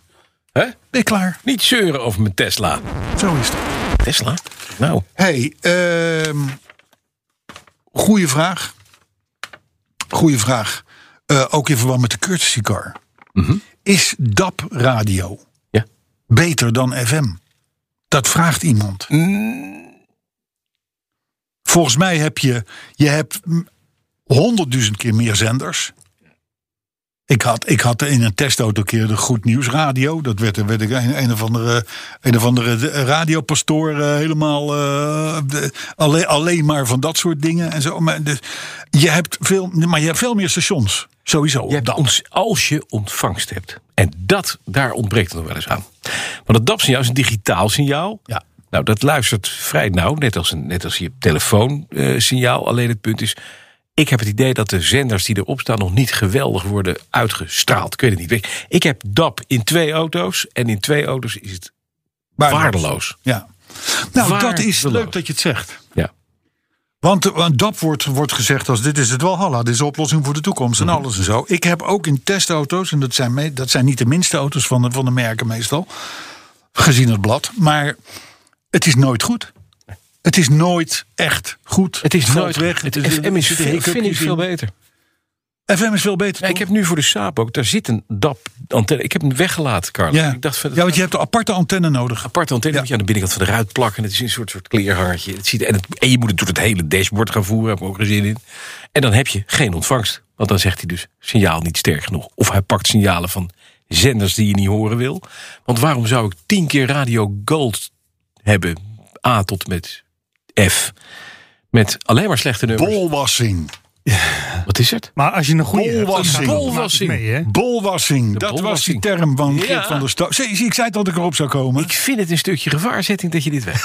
hè? Ben je klaar? Niet zeuren over mijn Tesla. Zo is het. Tesla? Nou, Hey, ehm goede vraag. Goeie vraag. Eh, ook in verband met de courtesy car. Is DAP radio Ja. beter dan FM? Dat vraagt iemand. Mm. Volgens mij heb je, je hebt mm, honderdduizend keer meer zenders. Ik had, ik had in een testauto een keer de Goed Nieuws Radio. Dat werd, werd ik een, een of andere, een of andere de- radiopastoor eh, helemaal eh, de- alleen, alleen maar van dat soort dingen. En zo. Maar, dus, je hebt veel, maar je hebt veel meer stations. Sowieso. op Je hebt DAB. ons, als je ontvangst hebt. En dat, daar ontbreekt het nog wel eens aan. Want het DAP-signaal is een digitaal signaal. Ja. Nou, dat luistert vrij nauw, net als, een, net als je telefoonsignaal. Alleen het punt is, ik heb het idee dat de zenders die erop staan... nog niet geweldig worden uitgestraald. Ik weet het niet. Ik- Ik heb DAP in twee auto's en in twee auto's is het Waardeloos. waardeloos. Ja. Nou, dat is Waardeloos. leuk dat je het zegt. Ja. Want, eh, want DAP wordt, wordt gezegd als dit is het wel, halla, dit is de oplossing voor de toekomst Mhm. en alles en zo. Ik heb ook in testauto's, en dat zijn, me- dat zijn niet de minste auto's van de, van de merken meestal, gezien het blad, maar het is nooit goed. Het is nooit echt goed. Het is Valt nooit weg. Het Er FM is zitten veel, hiccupjes vind ik veel in. beter. FM is veel beter. Ja, ik toch? heb nu voor de Saab ook, daar zit een DAP-antenne. Ik heb hem weggelaten, Carlo. ja. Ik dacht, van, ja, want je hebt een aparte antenne nodig. aparte antenne moet je aan de binnenkant van de ruit plakken. Het is een soort, soort kleerhangertje. Het ziet, en, het, en je moet het door het hele dashboard gaan voeren. Daar heb ik ook geen zin in. En dan heb je geen ontvangst. Want dan zegt hij dus signaal niet sterk genoeg. Of hij pakt signalen van zenders die je niet horen wil. Want waarom zou ik tien keer Radio Gold hebben? A tot en met F. Met alleen maar slechte nummers. Bolwassing. Wat is het? Maar als je een goede Bolwassing. hebt, dan maakt het Bolwassing. mee, hè? Bolwassing. dat was die bolwassing. term van Geert Ja. van der Sto. Zie, zie, ik zei het dat ik erop zou komen. Ik vind het een stukje gevaarzetting dat je dit weet.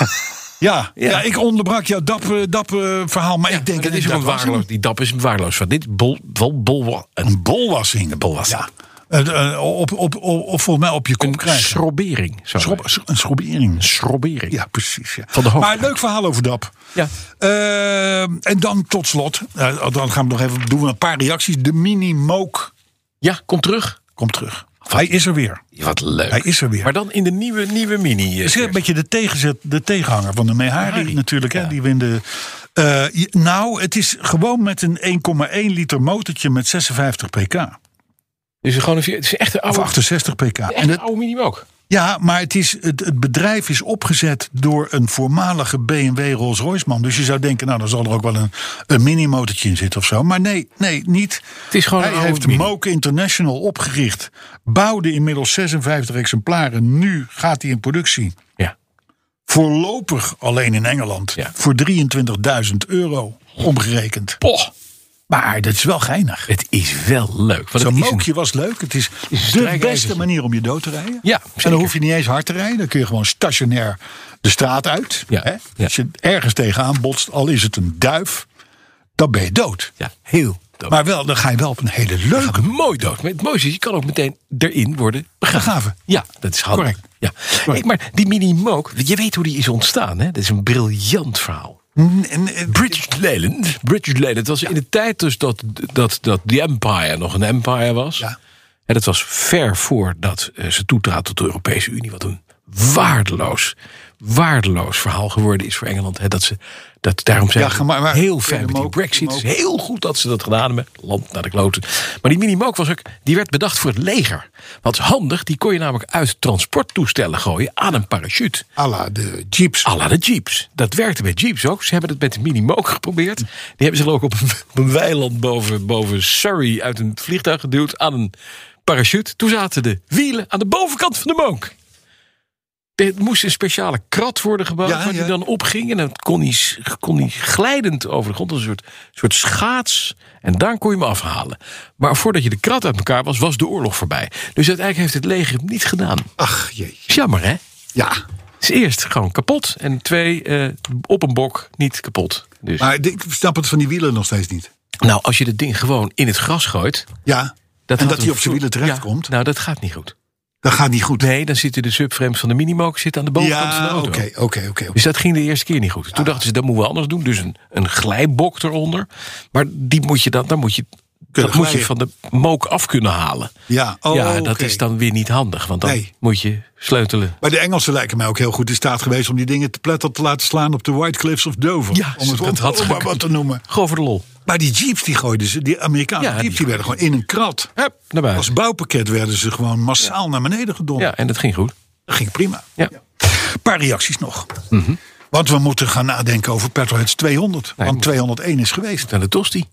ja, ja. ik onderbrak jouw dap, eh, dap eh, verhaal, maar ik denk dat is dat een was hem. waardeloos. Die dap is een waardeloos. Van dit bol, bol, bol, een Een bolwassing. bolwassing. Ja. Eh, eh, op, op, op, of volgens mij op je kop krijgen. schrobbering. zou Schrob- schro- een schrobbering. schrobbering. Ja, precies. Ja. Van de hoofd. maar leuk verhaal over DAP. Ja. Eh, en dan tot slot, eh, dan gaan we nog even doen we een paar reacties. De Mini Mook ja, kom terug. komt terug. Hij is er weer. Wat leuk. Hij is er weer. Maar dan in de nieuwe, nieuwe mini. eh, Het is een versie. beetje de, tegenzet, de tegenhanger van de Mehari Mehari, natuurlijk. Hè, die winden. nou, het is gewoon met een 1,1 liter motortje met 56 pk. Dus gewoon een, vier- het is echt een Of oude, 68 pk. echt En een het, oude mini ook. ja, maar het, is, het, het bedrijf is opgezet door een voormalige BMW Rolls-Royce man. Dus je zou denken, nou dan zal er ook wel een, een minimotortje in zitten of zo. Maar nee, nee, niet. Het is gewoon een Hij oude heeft mini. Moke International opgericht. Bouwde inmiddels 56 exemplaren. Nu gaat hij in productie. Ja. Voorlopig alleen in Engeland. Ja. Voor 23.000 euro omgerekend. Poh, Maar dat is wel geinig. het is wel leuk. Want Zo'n het is een- mookje was leuk. Het is de strijkijzertje. beste manier om je dood te rijden. Ja, en zeker. dan hoef je niet eens hard te rijden. Dan kun je gewoon stationair de straat uit. Ja, Hè? ja. Als je ergens tegenaan botst, al is het een duif, dan ben je dood. ja, heel dood. Maar wel, dan ga je wel op een hele leuke Mooi dood. Maar het mooiste is, je kan ook meteen erin worden begraven. gave. Ja, dat is handig. Correct. Ja. Hey, maar die mini mook, je weet hoe die is ontstaan. Hè? Dat is een briljant verhaal. British Leyland. British Leyland. Het was in de tijd dus dat, dat, dat The Empire nog een empire was. Ja. En dat was ver voordat eh, ze toetraad tot de Europese Unie. Wat een waardeloos, waardeloos verhaal geworden is voor Engeland. Hè? Dat ze, dat, daarom zijn Ja, ze maar- maar- heel ver met die Mook, brexit. Mook. Het is heel goed dat ze dat gedaan hebben. Land naar de kloten. Maar die minimook was ook, die werd bedacht voor het leger. Wat is handig, die kon je namelijk uit transporttoestellen gooien aan een parachute. à la de jeeps. À la de Jeeps. Dat werkte bij Jeeps ook. Ze hebben het met de Minimoog geprobeerd. Die hebben ze geloof ik op een, op een weiland boven, boven Surrey uit een vliegtuig geduwd aan een parachute. Toen zaten de wielen aan de bovenkant van de mook. Er moest een speciale krat worden gebouwd Ja, waar die ja. dan opging. En dan kon hij, s- kon hij glijdend over de grond, als een soort, soort schaats. En daar kon je hem afhalen. Maar voordat je de krat uit elkaar was, was de oorlog voorbij. Dus uiteindelijk heeft het leger het niet gedaan. Ach jee. Is jammer hè? Ja. Het is eerst gewoon kapot en twee eh, op een bok niet kapot. Dus. Maar ik snap het van die wielen nog steeds niet. nou, als je het ding gewoon in het gras gooit. Ja. en had dat een hij op zijn vlo- wielen terechtkomt, Ja, nou, dat gaat niet goed. dat gaat niet goed. Nee, dan zitten de subframes van de minimoog zitten aan de bovenkant van de ja, auto. oké, oké, oké. Dus dat ging de eerste keer niet goed. Toen dachten ze, dat moeten we anders doen. Dus een, een glijbok eronder. Maar die moet je dan, dan moet je dat moet je glijden. van de mook af kunnen halen. Ja, oh, ja, dat oké. is dan weer niet handig, want dan Nee. moet je sleutelen. Maar de Engelsen lijken mij ook heel goed in staat geweest om die dingen te pletter te laten slaan op de White Cliffs of Dover. Ja, om het dat om- had om maar gekund. wat te noemen. Gewoon voor de lol. Maar die jeeps die gooiden ze, die Amerikaanse Ja, die jeeps, die, werden gewoon in een krat. Hup, naar buiten. Als bouwpakket werden ze gewoon massaal naar beneden gedonderd. Ja, en dat ging goed. Dat ging prima. Ja. Een paar reacties nog. Want we moeten gaan nadenken over Petroheads 200. want 201 is geweest. Naar de tosti.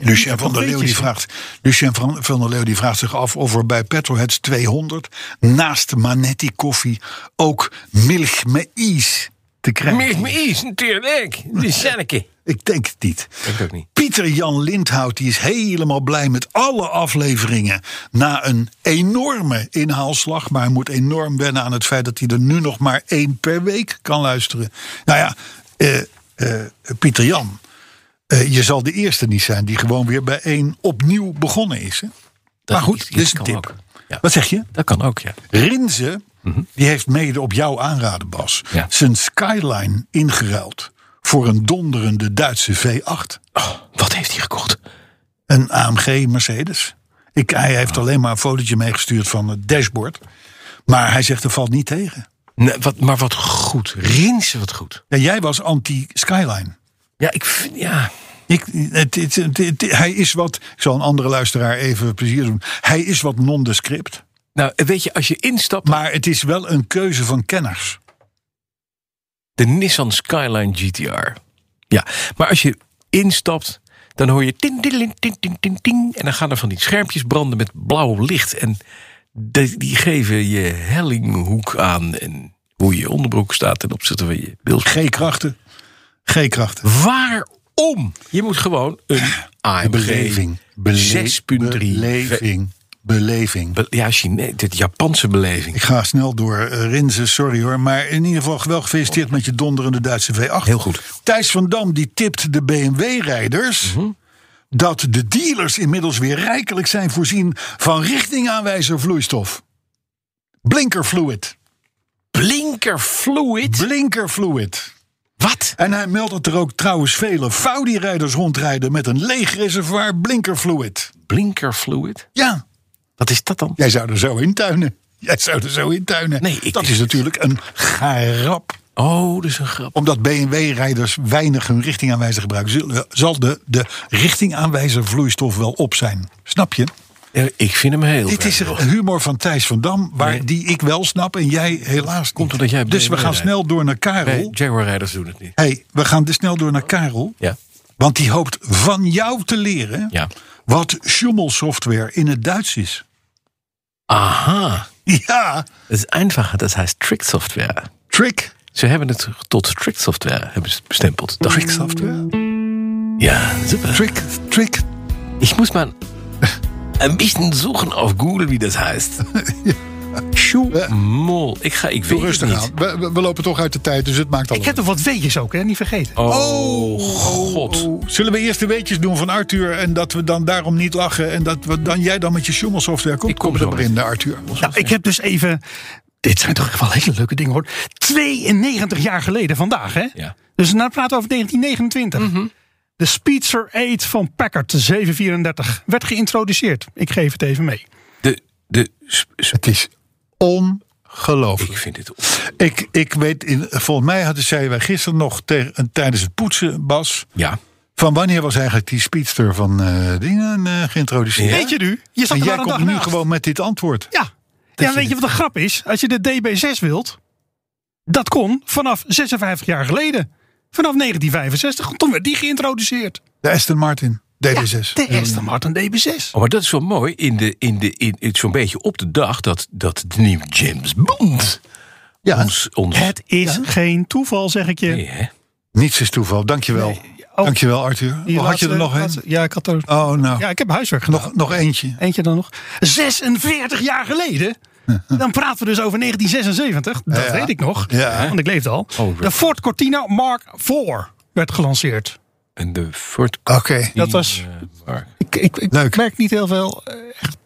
Lucien van der Leeuw die vraagt, Lucien van, van der Leeuw die vraagt zich af of er bij Petroheads 200 naast Manetti koffie ook Milch met Is te krijgen. Meer me iets, natuurlijk. De Senneke. Ik denk het niet. Denk ook niet. Pieter Jan Lindhout die is helemaal blij met alle afleveringen. Na een enorme inhaalslag. Maar hij moet enorm wennen aan het feit dat hij er nu nog maar één per week kan luisteren. Nou ja, eh, eh, Pieter Jan. eh, je zal de eerste niet zijn die gewoon weer bij één opnieuw begonnen is. Hè? Dat maar is- goed, dit is een kan tip. ook. Ja. Wat zeg je? Dat kan ook, ja. Rinze, die heeft mede op jouw aanraden, Bas, Ja. zijn Skyline ingeruild voor een donderende Duitse V8. Oh, wat heeft hij gekocht? Een AMG Mercedes. Ik, hij heeft alleen maar een fotootje meegestuurd van het dashboard. Maar hij zegt, er valt niet tegen. Nee, wat, maar wat goed. Rinsen wat goed. Ja, jij was anti-Skyline. Ja, ik vind... Ja. Ik, het, het, het- het- hij is wat, ik zal een andere luisteraar even plezier doen. Hij is wat nondescript. Nou, weet je, als je instapt... Maar het is wel een keuze van kenners. De Nissan Skyline GTR. Ja, maar als je instapt, dan hoor je... Ting, ting, ting, ting, ting, ting, en dan gaan er van die schermpjes branden met blauw licht. En de- die geven je hellinghoek aan. En hoe je onderbroek staat ten opzichte van je beeld. G-krachten. G-krachten. Waarom? Je moet gewoon een AMG... Beleving. Bele- 6.3. Beleving. Beleving. Be- Ja, Chine, dit Japanse beleving. Ik ga snel door, eh, Rinze, sorry hoor. Maar in ieder geval wel gefeliciteerd met je donderende Duitse V8. Heel goed. Thijs van Dam die tipt de BMW-rijders... Mhm. dat de dealers inmiddels weer rijkelijk zijn voorzien... van richtingaanwijzer vloeistof. Blinkerfluid. Blinkerfluid. Blinkerfluid. Wat? En hij meldt dat er ook trouwens vele Faudi-rijders rondrijden... met een leeg reservoir blinkerfluid. Blinkerfluid? Ja, Wat is dat dan? jij zou er zo in tuinen. Jij zou er zo in tuinen. Nee, ik dat denk is het. natuurlijk een garap. Oh, dat is een grap. Omdat BMW-rijders weinig hun richtingaanwijzer gebruiken, zul- eh, zal de, de richtingaanwijzer vloeistof wel op zijn. Snap je? Ja, Ik vind hem heel Dit is vervelend. er humor van Thijs van Dam, waar, die ik wel snap en jij helaas niet. omdat jij dus we BMW gaan rijdt. snel door naar Karel. Nee, Jaguar-rijders doen het niet. hey, we gaan dus snel door naar Karel. Ja. Want die hoopt van jou te leren Ja. wat schommelsoftware in het Duits is. Aha. Ja, Het is einfacher, dat heißt Tricksoftware. trick. Ze hebben het tot Tricksoftware hebben ze het bestempeld. dacht ik. Tricksoftware. Ja, super. Trick, trick. Ik moest maar een beetje zoeken op Google wie dat heißt. Schummel. Ik ga, ik weet het Rustig niet. aan. We, we- we lopen toch uit de tijd, dus het maakt allemaal Ik heb toch wat weetjes ook, hè? Niet vergeten. Oh, god. Zullen we eerst de weetjes doen van Arthur en dat we dan daarom niet lachen en dat we dan jij dan met je schommelsoftware komt? Ik kom er zo maar met- in, de Arthur. Nou, ik heb dus even... Dit zijn toch echt wel hele leuke dingen, hoor. 92 jaar geleden vandaag, hè? Ja. Dus nou praten we over 1929. De Speedster 8 van Packard 734 werd geïntroduceerd. Ik geef het even mee. De, de, sp- sp- Het is ik ongelooflijk. vind dit... Ik, ik weet, in, volgens mij hadden zij wij gisteren nog tegen- tijdens het poetsen, Bas. Ja. Van wanneer was eigenlijk die speedster van eh dingen eh, geïntroduceerd? Weet je nu? Je zat En er jij maar een komt dag nu naast. gewoon met dit antwoord. Ja. Ja, weet je wat de grap is? Als je de DB6 wilt, dat kon vanaf 56 jaar geleden. Vanaf 1965, toen werd die geïntroduceerd. De Aston Martin, DD6. De Aston Martin DB6. Oh, maar dat is wel mooi. In de, in de, in, in- zo'n beetje op de dag dat, dat de nieuwe James Bond ja, ons... ons Het is geen toeval, zeg ik je. Nee, hè? niets is toeval. Dankjewel. oh. Dankjewel, Arthur. Die Oh, had je laatste- er nog een? laatste- Ja, ik had er... Oh, nou. Ja, ik heb huiswerk gedaan. Nog, nog eentje. Eentje dan nog. 46 jaar geleden. Dan praten we dus over 1976. Dat Ja. weet ik nog. Ja. Want ik leefde al. Oh, de Ford Cortina Mark IV werd gelanceerd. En de Ford... eh, Oké. Dat was... Mark. Ik, ik, ik Leuk. merk niet heel veel. eh, echt.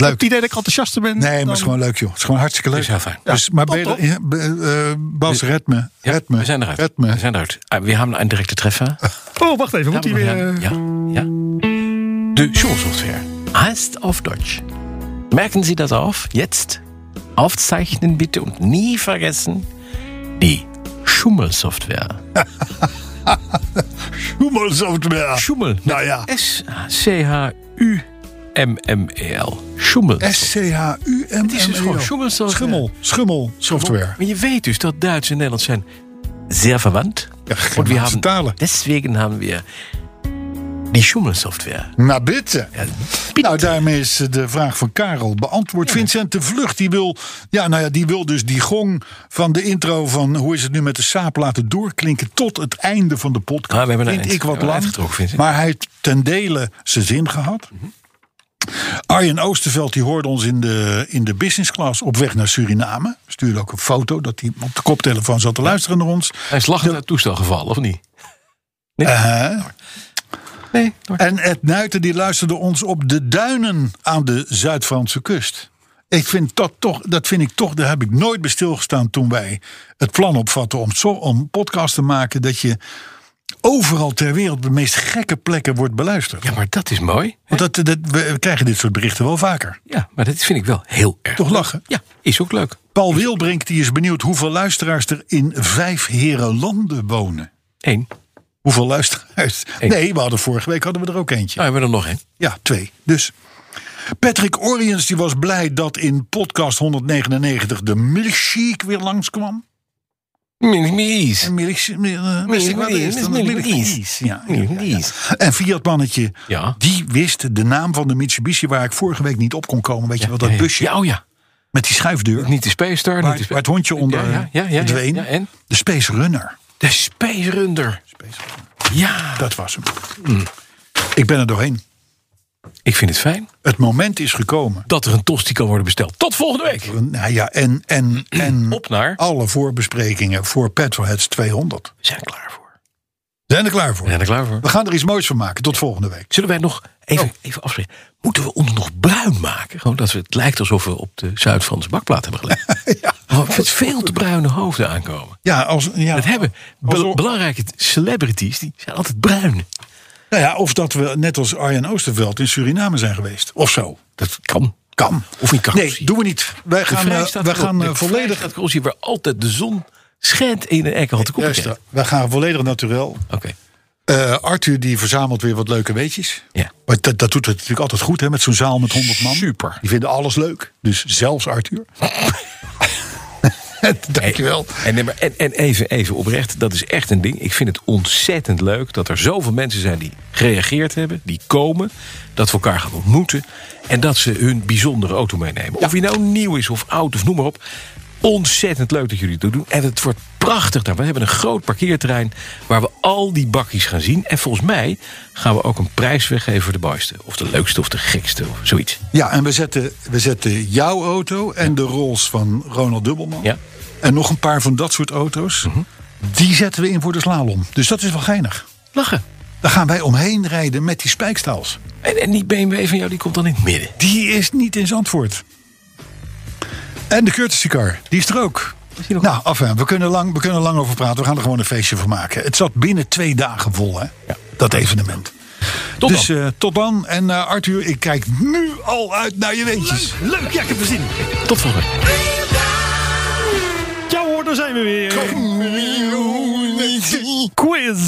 Leuk. heb het idee dat ik enthousiaster ben. Nee, maar dan- het is gewoon leuk, joh. Het is gewoon hartstikke leuk. Is heel fijn. Dus, maar top, beter, toch? ja, be- eh, Bas, red me. Ja, red me. we zijn eruit. Red me. We zijn eruit. Ah, we hebben een directe treffer. Oh, wacht even. Moet hij Ja, weer... eh, ja, ja. de Schulsoftware. Heißt auf Deutsch. Merken Sie das auf, jetzt. Aufzeichnen bitte und nie vergessen die Schummelsoftware. Schummelsoftware. Schummel. Nou ja. E S-C-H-U-M-M-E-L. Schummel. S-C-H-U-M-M-E-L. Het is dus gewoon schummelsoftware. Schummel. Schummel. Software. Maar je weet dus dat Duits en Nederlands zijn zeer verwandt. Ja, geen und wir Duitse haben, talen. deswegen haben wir die Schummelsoftware. Na bitte. Ja, Nou, daarmee is de vraag van Karel beantwoord. Vincent de Vlucht, die wil, ja, nou ja, die wil dus die gong van de intro van hoe is het nu met de saap laten doorklinken tot het einde van de podcast. Ah, we hebben een Vind eind. ik We wat hebben een eind lang, getrokken, Mhm. Vincent. maar hij heeft ten dele zijn zin gehad. Arjen Oosterveld die hoorde ons in de, in de business class op weg naar Suriname. Stuurde ook een foto dat hij op de koptelefoon zat te luisteren naar ons. Hij is lachend uit het toestel gevallen, of niet? Eh, nee, En Ed Nuiten die luisterde ons op de duinen aan de Zuid-Franse kust. Ik vind dat toch, dat vind ik toch, daar heb ik nooit bij stilgestaan toen wij het plan opvatten om, zo, om een podcast te maken. Dat je overal ter wereld op de meest gekke plekken wordt beluisterd. Ja, maar dat is mooi. Want dat, dat, we we krijgen dit soort berichten wel vaker. Ja, maar dat vind ik wel heel erg. Toch lachen? Ja, is ook leuk. Paul Wilbrink die is benieuwd hoeveel luisteraars er in vijf herenlanden wonen. Eén. Nou, Hoeveel luisteraars? Nee, we hadden vorige week hadden we er ook eentje. Nou, hebben we er nog één. Ja, twee. Dus Patrick Oriens die was blij dat in podcast 199 de milkshake weer langskwam. Mies. En milkshake, mil- eh, wist ik wat het is, dan een milkshake. Ja, ja, ja, ja. Mies. En Fiatmannetje, Ja. die wist de naam van de Mitsubishi waar ik vorige week niet op kon komen. Weet je wel, dat busje Ja, oh ja. met die schuifdeur. Niet de Space Star. Waar, niet de waar het hondje onder Ja, ja, ja, ja, ja. verdween. Ja, en? De Space Runner. De Space Runner. Ja. Dat was hem. Hmm. Ik ben er doorheen. Ik vind het fijn Het moment is gekomen. dat er een tosti kan worden besteld. Tot volgende week. Nou ja, en, en, en Op naar. alle voorbesprekingen voor Petrolheads 200. We zijn er klaar voor. Zijn er klaar voor? We zijn er klaar voor. We gaan er iets moois van maken. Tot volgende week. Zullen wij nog even, Oh. even afspreken? Moeten we ons nog bruin maken? Gewoon dat we, het lijkt alsof we op de Zuid-Franse bakplaat hebben Oh, gelegd. Ja. Want Met veel te bruine hoofden aankomen. Ja, als, ja. Dat hebben be- Alsof- belangrijke celebrities, die zijn altijd bruin. Nou ja, of dat we net als Arjen Oosterveld in Suriname zijn geweest. Of zo. Dat kan. Kan. Of in Carrossie. Nee, doen we niet. Wij gaan, eh, wij gaan eh, volledig... Dat hier waar altijd de zon schijnt in een eikenhouten kopje. Luister, wij gaan volledig naturel. Oké. Eh, Arthur die verzamelt weer wat leuke weetjes. Ja. Maar dat, dat doet het natuurlijk altijd goed hè, met zo'n zaal met 100 man. Super. Die vinden alles leuk. Dus zelfs Arthur. Dankjewel. En, nee, maar- en, en even, even oprecht, dat is echt een ding. Ik vind het ontzettend leuk dat er zoveel mensen zijn die gereageerd hebben, die komen, dat we elkaar gaan ontmoeten en dat ze hun bijzondere auto meenemen. Of die nou nieuw is of oud of noem maar op. Ontzettend leuk dat jullie het doen. En het wordt prachtig daar. We hebben een groot parkeerterrein waar we al die bakjes gaan zien. En volgens mij gaan we ook een prijs weggeven voor de mooiste. Of de leukste of de gekste of zoiets. Ja, en we zetten, we zetten jouw auto en de Rolls van Ronald Dubbelman. Ja. Mhm. En nog een paar van dat soort auto's. Die zetten we in voor de slalom. Dus dat is wel geinig. Lachen. Daar gaan wij omheen rijden met die spijkstaals. En, en die BMW van jou die komt dan in het midden. Die is niet in Zandvoort. En de courtesy car, die is er ook. Nou, af en we kunnen, lang, we kunnen lang over praten. We gaan er gewoon een feestje van maken. Het zat binnen twee dagen vol, hè? Dat evenement. Tot dus dan. eh, tot dan. En eh, Arthur, ik kijk nu al uit naar je weetjes. Leuk, ja, ik heb er zin in. Tot volgende week. Ja hoor, daar zijn we weer. Quiz.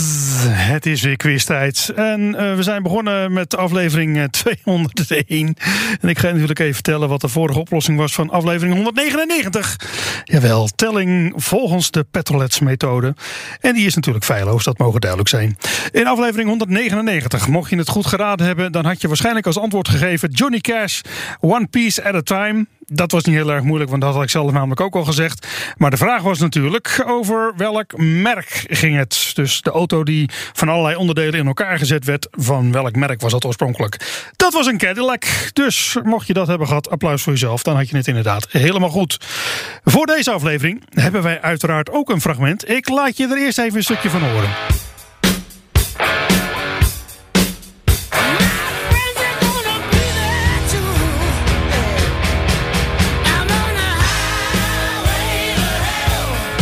Het is weer quiztijd. En eh, we zijn begonnen met aflevering eh, 201. En ik ga je natuurlijk even vertellen wat de vorige oplossing was van aflevering 199. Jawel, telling volgens de Petrolets methode. En die is natuurlijk feilloos, dat mogen duidelijk zijn. In aflevering 199, mocht je het goed geraden hebben... dan had je waarschijnlijk als antwoord gegeven Johnny Cash, One Piece at a Time... Dat was niet heel erg moeilijk, want dat had ik zelf namelijk ook al gezegd. Maar de vraag was natuurlijk over welk merk ging het? Dus de auto die van allerlei onderdelen in elkaar gezet werd, van welk merk was dat oorspronkelijk? Dat was een Cadillac. Dus mocht je dat hebben gehad, applaus voor jezelf. Dan had je het inderdaad helemaal goed. Voor deze aflevering hebben wij uiteraard ook een fragment. Ik laat je er eerst even een stukje van horen. Yeah.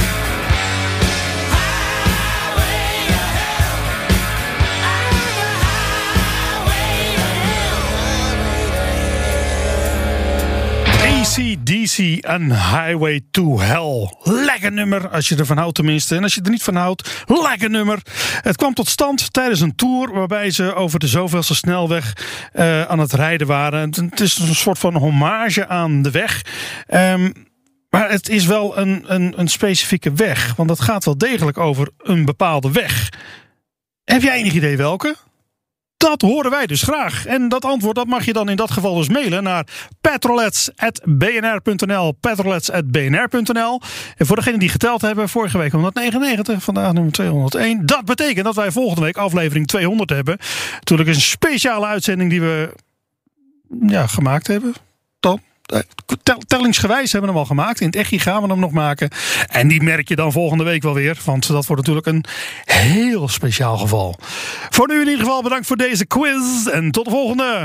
ACDC en Highway to Hell. Lekker nummer, als je ervan houdt tenminste. En als je er niet van houdt, lekker nummer. Het kwam tot stand tijdens een tour waarbij ze over de zoveelste snelweg eh, aan het rijden waren. Het, het is een soort van hommage aan de weg. Ehm, maar het is wel een, een, een specifieke weg. Want het gaat wel degelijk over een bepaalde weg. Heb jij enig idee welke? Dat horen wij dus graag. En dat antwoord dat mag je dan in dat geval dus mailen naar petrolets.bnr.nl. Petrolets.bnr.nl. En voor degenen die geteld hebben, vorige week 199, vandaag nummer 201. Dat betekent dat wij volgende week aflevering 200 hebben. Natuurlijk een speciale uitzending die we ja, gemaakt hebben. Dan. eh, tel- Tellingsgewijs hebben we hem al gemaakt. In het Echi gaan we hem nog maken. En die merk je dan volgende week wel weer. Want dat wordt natuurlijk een heel speciaal geval. Voor nu in ieder geval bedankt voor deze quiz. En tot de volgende.